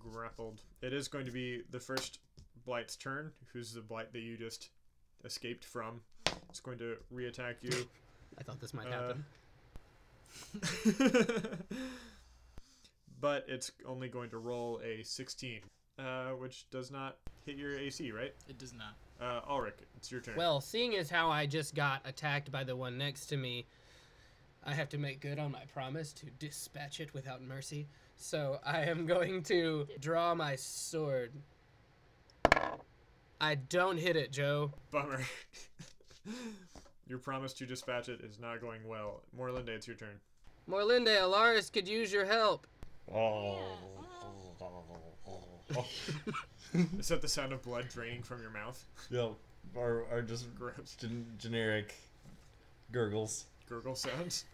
Speaker 1: grappled. It is going to be the first blight's turn, who's the blight that you just escaped from. It's going to reattack you.
Speaker 2: I thought this might
Speaker 1: Uh,
Speaker 2: happen.
Speaker 1: but it's only going to roll a 16, uh, which does not hit your AC, right?
Speaker 4: It does not.
Speaker 1: Uh, Ulrich, it's your turn.
Speaker 2: Well, seeing as how I just got attacked by the one next to me, I have to make good on my promise to dispatch it without mercy. So I am going to draw my sword. I don't hit it, Joe.
Speaker 1: Bummer. your promise to dispatch it is not going well. Morlinda, it's your turn.
Speaker 2: Morlinde, Alaris could use your help.
Speaker 3: Oh. uh-huh.
Speaker 1: Is that the sound of blood draining from your mouth?
Speaker 3: yep. Or, or just
Speaker 1: Gross.
Speaker 3: gen- generic gurgles.
Speaker 1: Gurgle sounds?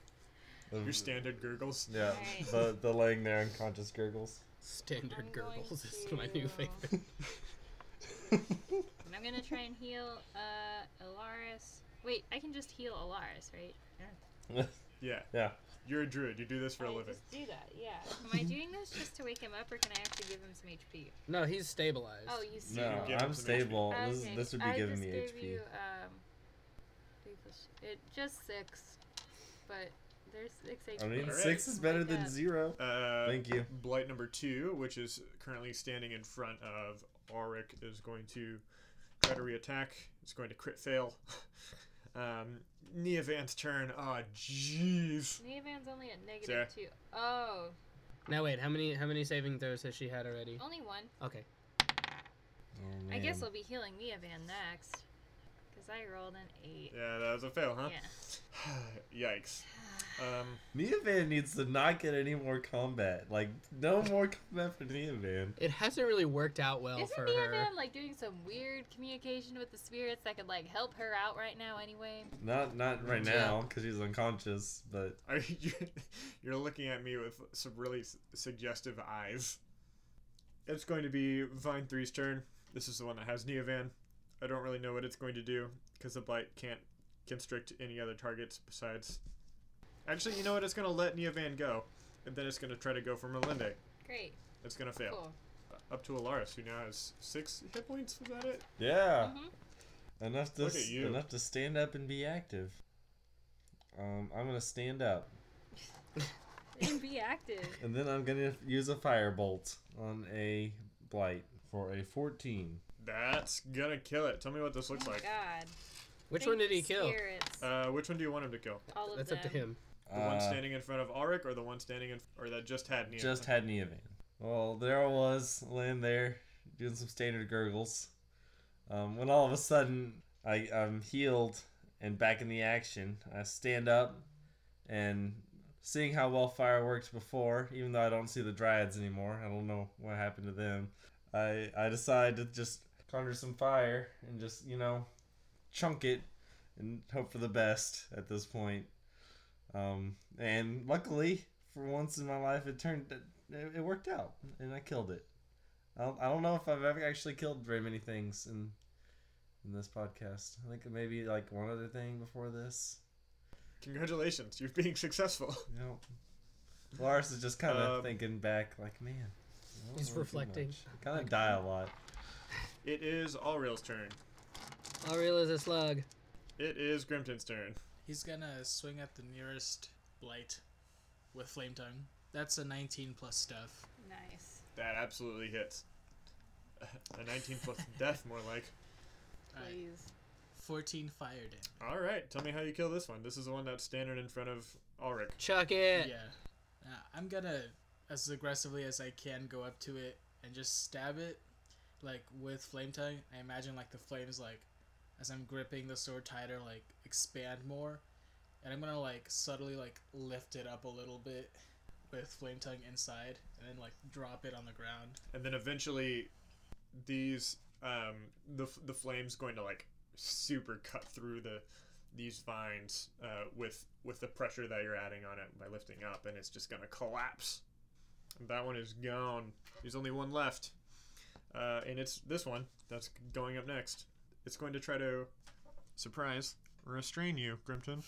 Speaker 3: Of-
Speaker 1: Your standard gurgles?
Speaker 3: Yeah.
Speaker 5: Right.
Speaker 3: The the laying there unconscious gurgles.
Speaker 2: Standard
Speaker 5: I'm going
Speaker 2: gurgles is my new
Speaker 5: to-
Speaker 2: favorite.
Speaker 5: And I'm gonna try and heal uh Alaris. Wait, I can just heal Alaris, right?
Speaker 1: Yeah.
Speaker 3: yeah.
Speaker 1: You're a druid. You do this for a
Speaker 5: I
Speaker 1: living.
Speaker 5: just do that. Yeah. Am I doing this just to wake him up, or can I actually give him some HP?
Speaker 2: No, he's stabilized.
Speaker 5: Oh, you see. Oh,
Speaker 3: No,
Speaker 1: give him
Speaker 3: I'm
Speaker 1: some
Speaker 3: stable.
Speaker 5: Okay,
Speaker 3: This, this would be
Speaker 5: I
Speaker 3: giving
Speaker 5: just
Speaker 3: me
Speaker 5: gave
Speaker 3: HP.
Speaker 5: You, um, three plus- it just six, but there's six HP.
Speaker 3: I mean,
Speaker 1: Alright.
Speaker 3: six is better than
Speaker 5: Yeah.
Speaker 3: zero.
Speaker 1: Uh,
Speaker 3: Thank you.
Speaker 1: Blight number two, which is currently standing in front of Auric, is going to try to reattack. It's going to crit fail. um, Neovan's turn. Oh, jeez.
Speaker 5: Neovan's only at negative
Speaker 1: Sarah.
Speaker 5: two. Oh,
Speaker 2: Now wait, how many how many saving throws has she had already?
Speaker 5: only one.
Speaker 2: Okay.
Speaker 3: Oh,
Speaker 5: I guess
Speaker 3: man.
Speaker 5: I'll be healing Neovan next, because I rolled an eight.
Speaker 1: Yeah, that was a fail, huh?
Speaker 5: Yeah.
Speaker 1: Yikes. Um,
Speaker 3: Neovan needs to not get any more combat. Like, no more combat for Neovan.
Speaker 2: It hasn't really worked out well
Speaker 5: Isn't
Speaker 2: for
Speaker 5: Mia
Speaker 2: her.
Speaker 5: Van, like doing some weird communication with the spirits that could like help her out right now anyway?
Speaker 3: Not not right
Speaker 4: Yeah.
Speaker 3: now because he's unconscious. But
Speaker 1: are you, you're looking at me with some really s- suggestive eyes. It's going to be Vine 3's turn. This is the one that has Neovan. I don't really know what it's going to do because the blight can't constrict any other targets besides. Actually, you know what? It's going to let Neovan go, and then it's going to try to go for Melinde.
Speaker 5: Great.
Speaker 1: It's going to fail.
Speaker 5: Cool.
Speaker 1: Up to Alaris, who now has six hit points. Was that it?
Speaker 3: yeah,
Speaker 5: Mhm.
Speaker 3: enough to
Speaker 1: Look at
Speaker 3: s-
Speaker 1: you.
Speaker 3: enough to stand up and be active. Um, I'm gonna stand up,
Speaker 5: And be active.
Speaker 3: and then I'm gonna use a firebolt on a blight for a 14.
Speaker 1: That's going to kill it. Tell me what this looks
Speaker 5: oh my
Speaker 1: like.
Speaker 5: God.
Speaker 2: Which
Speaker 5: Thank
Speaker 2: one did
Speaker 5: you,
Speaker 2: he kill?
Speaker 5: Spirits.
Speaker 1: Uh, which one do you want him to kill?
Speaker 5: All of
Speaker 2: That's
Speaker 5: them.
Speaker 2: up to him.
Speaker 1: The one
Speaker 3: Uh,
Speaker 1: standing in front of Auric or the one standing in or that just had Neon?
Speaker 3: Just had Neovan. Well, there I was, laying there, doing some standard gurgles. Um, when all of a sudden I, I'm healed and back in the action, I stand up and seeing how well fire worked before, even though I don't see the dryads anymore, I don't know what happened to them. I, I decide to just conjure some fire and just, you know, chunk it and hope for the best at this point. Um, and luckily, for once in my life, it turned it, it worked out, and I killed it. I don't, I don't know if I've ever actually killed very many things in in this podcast. I think maybe like one other thing before this.
Speaker 1: Congratulations, you're being successful.
Speaker 3: You know, Lars is just kind of
Speaker 1: Um,
Speaker 3: thinking back, like, man,
Speaker 2: He's reflecting.
Speaker 3: Kind of die a lot.
Speaker 1: It is Allreal's turn.
Speaker 2: Ariel is a slug.
Speaker 1: It is Grimton's turn.
Speaker 4: He's gonna swing at the nearest blight with flame tongue. That's a 19 plus stuff.
Speaker 5: Nice.
Speaker 1: That absolutely hits. A 19 plus death, more like.
Speaker 4: All right,
Speaker 5: Please.
Speaker 4: 14 fire damage.
Speaker 1: All right, tell me how you kill this one. This is the one that's standing in front of Ulrich.
Speaker 2: Chuck it.
Speaker 4: Yeah. Uh, I'm gonna, as aggressively as I can, go up to it and just stab it, like with flame tongue. I imagine like the flames, like as I'm gripping the sword tighter, like expand more, and I'm gonna like subtly like lift it up a little bit with flame tongue inside, and then like drop it on the ground.
Speaker 1: And then eventually, these um the f- the flames going to like super cut through the these vines uh, with with the pressure that you're adding on it by lifting up, and it's just gonna collapse. And that one is gone. There's only one left, uh, and it's this one that's going up next. It's going to try to surprise restrain you, Grimton.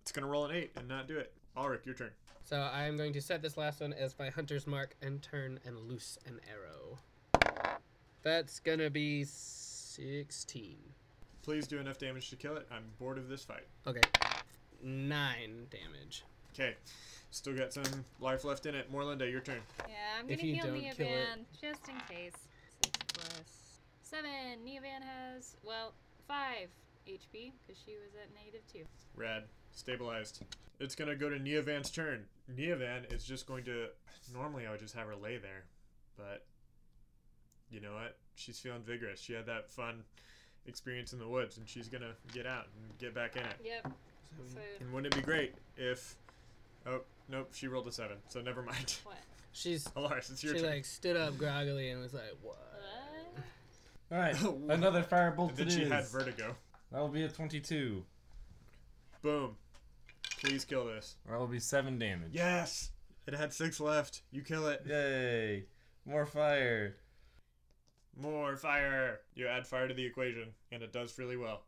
Speaker 1: it's gonna roll an eight and not do it. Ulrich, your turn.
Speaker 2: So I am going to set this last one as my hunter's mark and turn and loose an arrow. That's gonna be 16.
Speaker 1: Please do enough damage to kill it. I'm bored of this fight.
Speaker 2: Okay. Nine damage.
Speaker 1: Okay. Still got some life left in it. Morlinda, your turn.
Speaker 5: Yeah, I'm
Speaker 2: If
Speaker 5: gonna
Speaker 2: you
Speaker 5: heal
Speaker 2: don't
Speaker 5: Neovan
Speaker 2: kill it-
Speaker 5: just in case. Six plus seven. Neovan has well five HP because she was at negative two.
Speaker 1: Rad. Stabilized. It's gonna go to Neovan's turn. Neovan is just going to normally I would just have her lay there, but you know what? She's feeling vigorous. She had that fun experience in the woods and she's gonna get out and get back in it.
Speaker 5: Yep.
Speaker 2: So
Speaker 5: So
Speaker 1: And wouldn't it be great if Oh, nope, she rolled a seven, so never mind.
Speaker 5: what?
Speaker 2: she's
Speaker 1: Alaris, it's
Speaker 2: she
Speaker 1: your turn.
Speaker 2: like stood up groggily and was like, "What?"
Speaker 5: What?
Speaker 3: All right,
Speaker 1: Wow.
Speaker 3: another firebolt.
Speaker 1: and then
Speaker 3: It
Speaker 1: she had
Speaker 3: is.
Speaker 1: vertigo.
Speaker 3: that will be a 22.
Speaker 1: Boom. Please kill this.
Speaker 3: That will be seven damage.
Speaker 1: Yes! It had six left. You kill it.
Speaker 3: Yay! More fire.
Speaker 1: More fire! You add fire to the equation, and it does really well.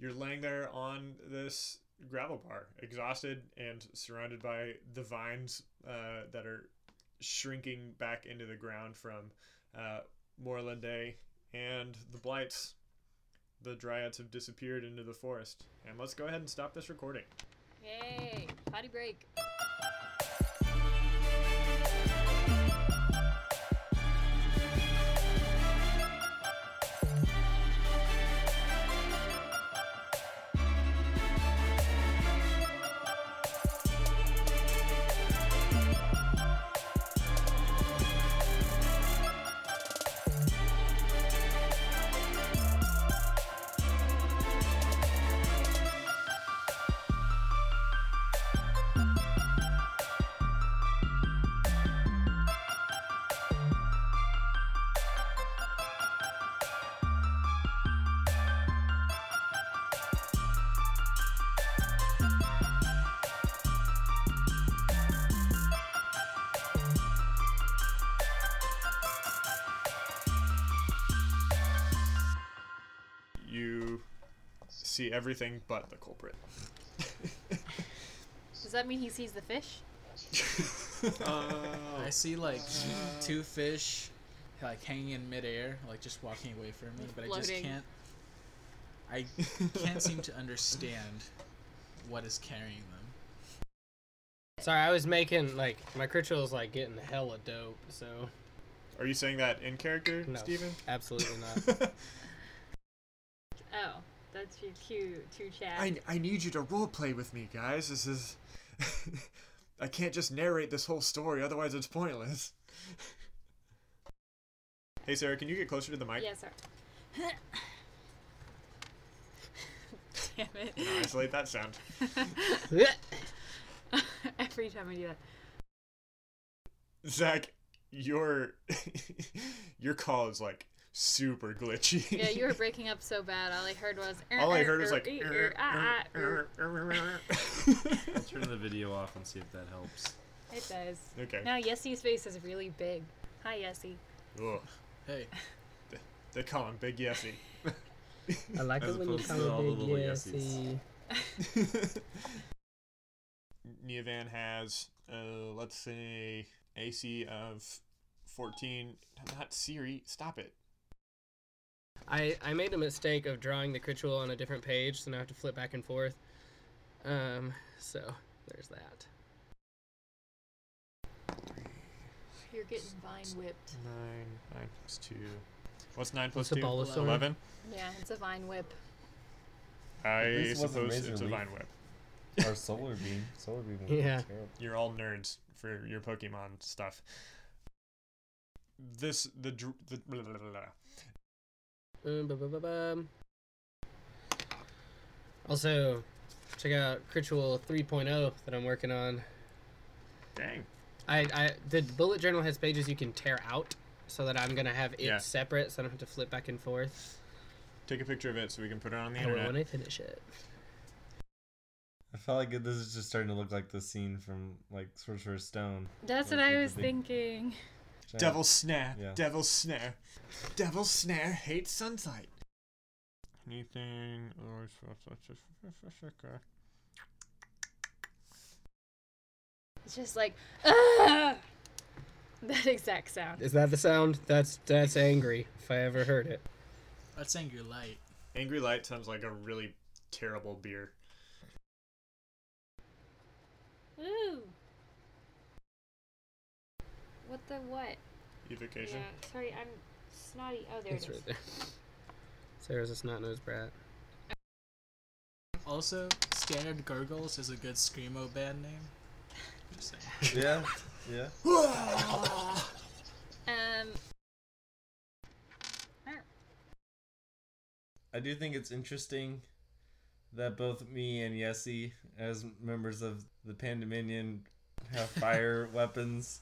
Speaker 1: You're laying there on this gravel bar, exhausted and surrounded by the vines uh, that are shrinking back into the ground from uh, Moreland Day and the Blights. The Dryads have disappeared into the forest. And let's go ahead and stop this recording.
Speaker 5: Yay! Potty break.
Speaker 1: you see everything but the culprit.
Speaker 5: Does that mean he sees the fish?
Speaker 4: I see like two fish like hanging in midair, like just walking away from me, but I just
Speaker 5: Floating.
Speaker 4: can't. I can't seem to understand what is carrying them.
Speaker 2: Sorry, I was making like my ritual's like getting hella dope, so
Speaker 1: Are you saying that in character,
Speaker 2: No.
Speaker 1: Steven?
Speaker 2: absolutely not.
Speaker 5: Oh, that's your cue to chat.
Speaker 1: I, I need you to roleplay with me, guys. This is. I can't just narrate this whole story, otherwise, it's pointless. hey, Sarah, can you get closer to the mic?
Speaker 5: Yes, sir. Damn it.
Speaker 1: Can I Isolate that sound.
Speaker 5: Every time I do that.
Speaker 1: Zach, your your call is like super glitchy.
Speaker 5: Yeah, you were breaking up so bad. All I heard was. "Er,
Speaker 1: All I
Speaker 5: er,
Speaker 1: heard was
Speaker 5: er,
Speaker 1: like.
Speaker 5: er, er, ah, ah, er."
Speaker 1: Okay.
Speaker 3: I'll turn the video off and see if that helps.
Speaker 5: It does. Now Yessie's face is really big. Hi, Yessie.
Speaker 1: Ugh.
Speaker 4: Hey,
Speaker 1: They call him Big Yesy.
Speaker 2: I like
Speaker 3: As
Speaker 2: it when you
Speaker 3: opposed to
Speaker 2: come
Speaker 3: all the
Speaker 2: big
Speaker 3: little
Speaker 2: yesy.
Speaker 3: yessies.
Speaker 1: Neovan has, uh, let's say, AC of 14. Not Siri, stop it.
Speaker 2: I, I made a mistake of drawing the ritual on a different page, so now I have to flip back and forth. Um, so there's that.
Speaker 5: You're getting vine whipped.
Speaker 1: 9, 9 plus 2. What's 9 plus
Speaker 2: It's a
Speaker 1: 2?
Speaker 2: ball of
Speaker 4: Eleven.
Speaker 2: string.
Speaker 1: 11?
Speaker 5: Yeah, it's a vine whip.
Speaker 1: I
Speaker 3: least it wasn't
Speaker 1: suppose
Speaker 3: razor
Speaker 1: it's a
Speaker 3: leaf.
Speaker 1: vine whip.
Speaker 3: Our solar beam. Solar beam would
Speaker 2: Yeah.
Speaker 3: be terrible.
Speaker 1: You're all nerds for your Pokemon stuff. This, the, dr- the, blah, blah, blah, blah.
Speaker 2: Um, bu- bu- bu- bum. Also, check out Ritual 3.0 that I'm working on.
Speaker 1: Dang.
Speaker 2: I, I the bullet journal has pages you can tear out, so that I'm gonna have it
Speaker 1: Yeah.
Speaker 2: separate, so I don't have to flip back and forth.
Speaker 1: Take a picture of it so we can put it on the
Speaker 2: I will
Speaker 1: internet.
Speaker 2: when I finish it.
Speaker 3: I felt like this is just starting to look like the scene from like Sorcerer's Stone.
Speaker 5: That's what
Speaker 3: Like
Speaker 5: I
Speaker 3: with
Speaker 5: was
Speaker 3: the big-
Speaker 5: thinking.
Speaker 3: Giant-
Speaker 1: Devil snare.
Speaker 3: Yeah.
Speaker 1: Devil snare. Devil snare hates sunlight. Anything or
Speaker 5: It's just like, ah! That exact sound.
Speaker 2: Is that the sound? That's that's angry if I ever heard it.
Speaker 4: that's saying you're light.
Speaker 1: Angry Light sounds like a really terrible beer.
Speaker 5: Ooh. What the what?
Speaker 1: Evocation.
Speaker 5: Yeah, sorry, I'm snotty. Oh, there
Speaker 2: It's
Speaker 5: it is.
Speaker 2: right there. Sarah's a snot nosed brat.
Speaker 4: Also, Standard Gurgles is a good screamo band name. Just saying.
Speaker 3: Yeah. Yeah.
Speaker 5: Um,
Speaker 3: I do think it's interesting that both me and Yessie, as members of the Pandominion, have fire weapons.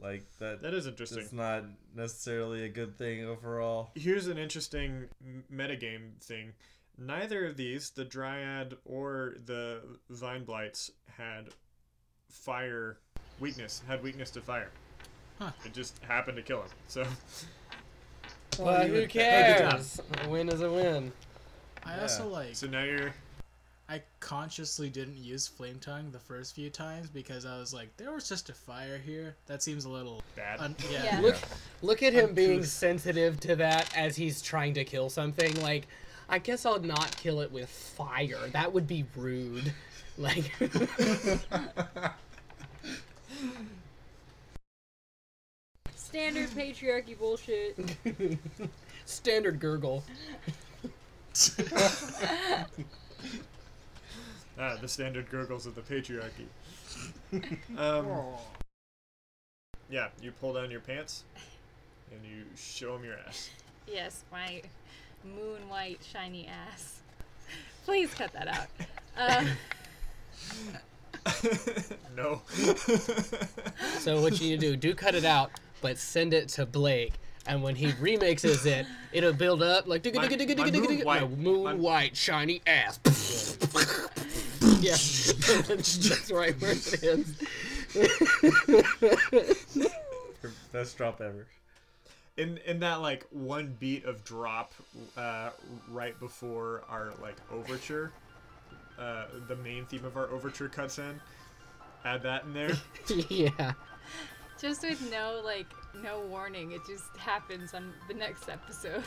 Speaker 3: Like that.
Speaker 1: That is
Speaker 3: It's
Speaker 1: interesting.
Speaker 3: not necessarily a good thing overall.
Speaker 1: Here's an interesting m- metagame thing. Neither of these, the Dryad or the Vine Blights, had fire weakness, had weakness to fire.
Speaker 4: Huh.
Speaker 1: It just happened to kill him. So,
Speaker 2: But who cares? A win is a win.
Speaker 4: I
Speaker 3: Yeah.
Speaker 4: also like.
Speaker 1: so now you're.
Speaker 4: I consciously didn't use flame tongue the first few times because I was like, there was just a fire here. That seems a little.
Speaker 1: Bad.
Speaker 4: Un- yeah.
Speaker 5: Yeah.
Speaker 2: Look, look at him being
Speaker 4: Uncouth.
Speaker 2: sensitive to that as he's trying to kill something. Like, I guess I'll not kill it with fire. That would be rude. Like,
Speaker 5: standard patriarchy bullshit.
Speaker 2: standard gurgle.
Speaker 1: Ah, the standard gurgles of the patriarchy. um, yeah, you pull down your pants and you show him your ass.
Speaker 5: Yes, my moon white shiny ass. Please cut that out. Uh,
Speaker 1: no.
Speaker 2: So what you need to do, do cut it out, but send it to Blake. And when he remixes it, it'll build up like digga
Speaker 1: My-
Speaker 2: digga digga
Speaker 1: my
Speaker 2: digga digga
Speaker 1: moon
Speaker 2: digga.
Speaker 1: white-
Speaker 2: no, moon
Speaker 1: my-
Speaker 2: white shiny ass. yeah, that's right where it is.
Speaker 3: Best drop ever.
Speaker 1: in in that like one beat of drop uh, right before our like overture uh, the main theme of our overture cuts in add that in there
Speaker 2: yeah.
Speaker 5: Just with no like no warning, it just happens on the next episode.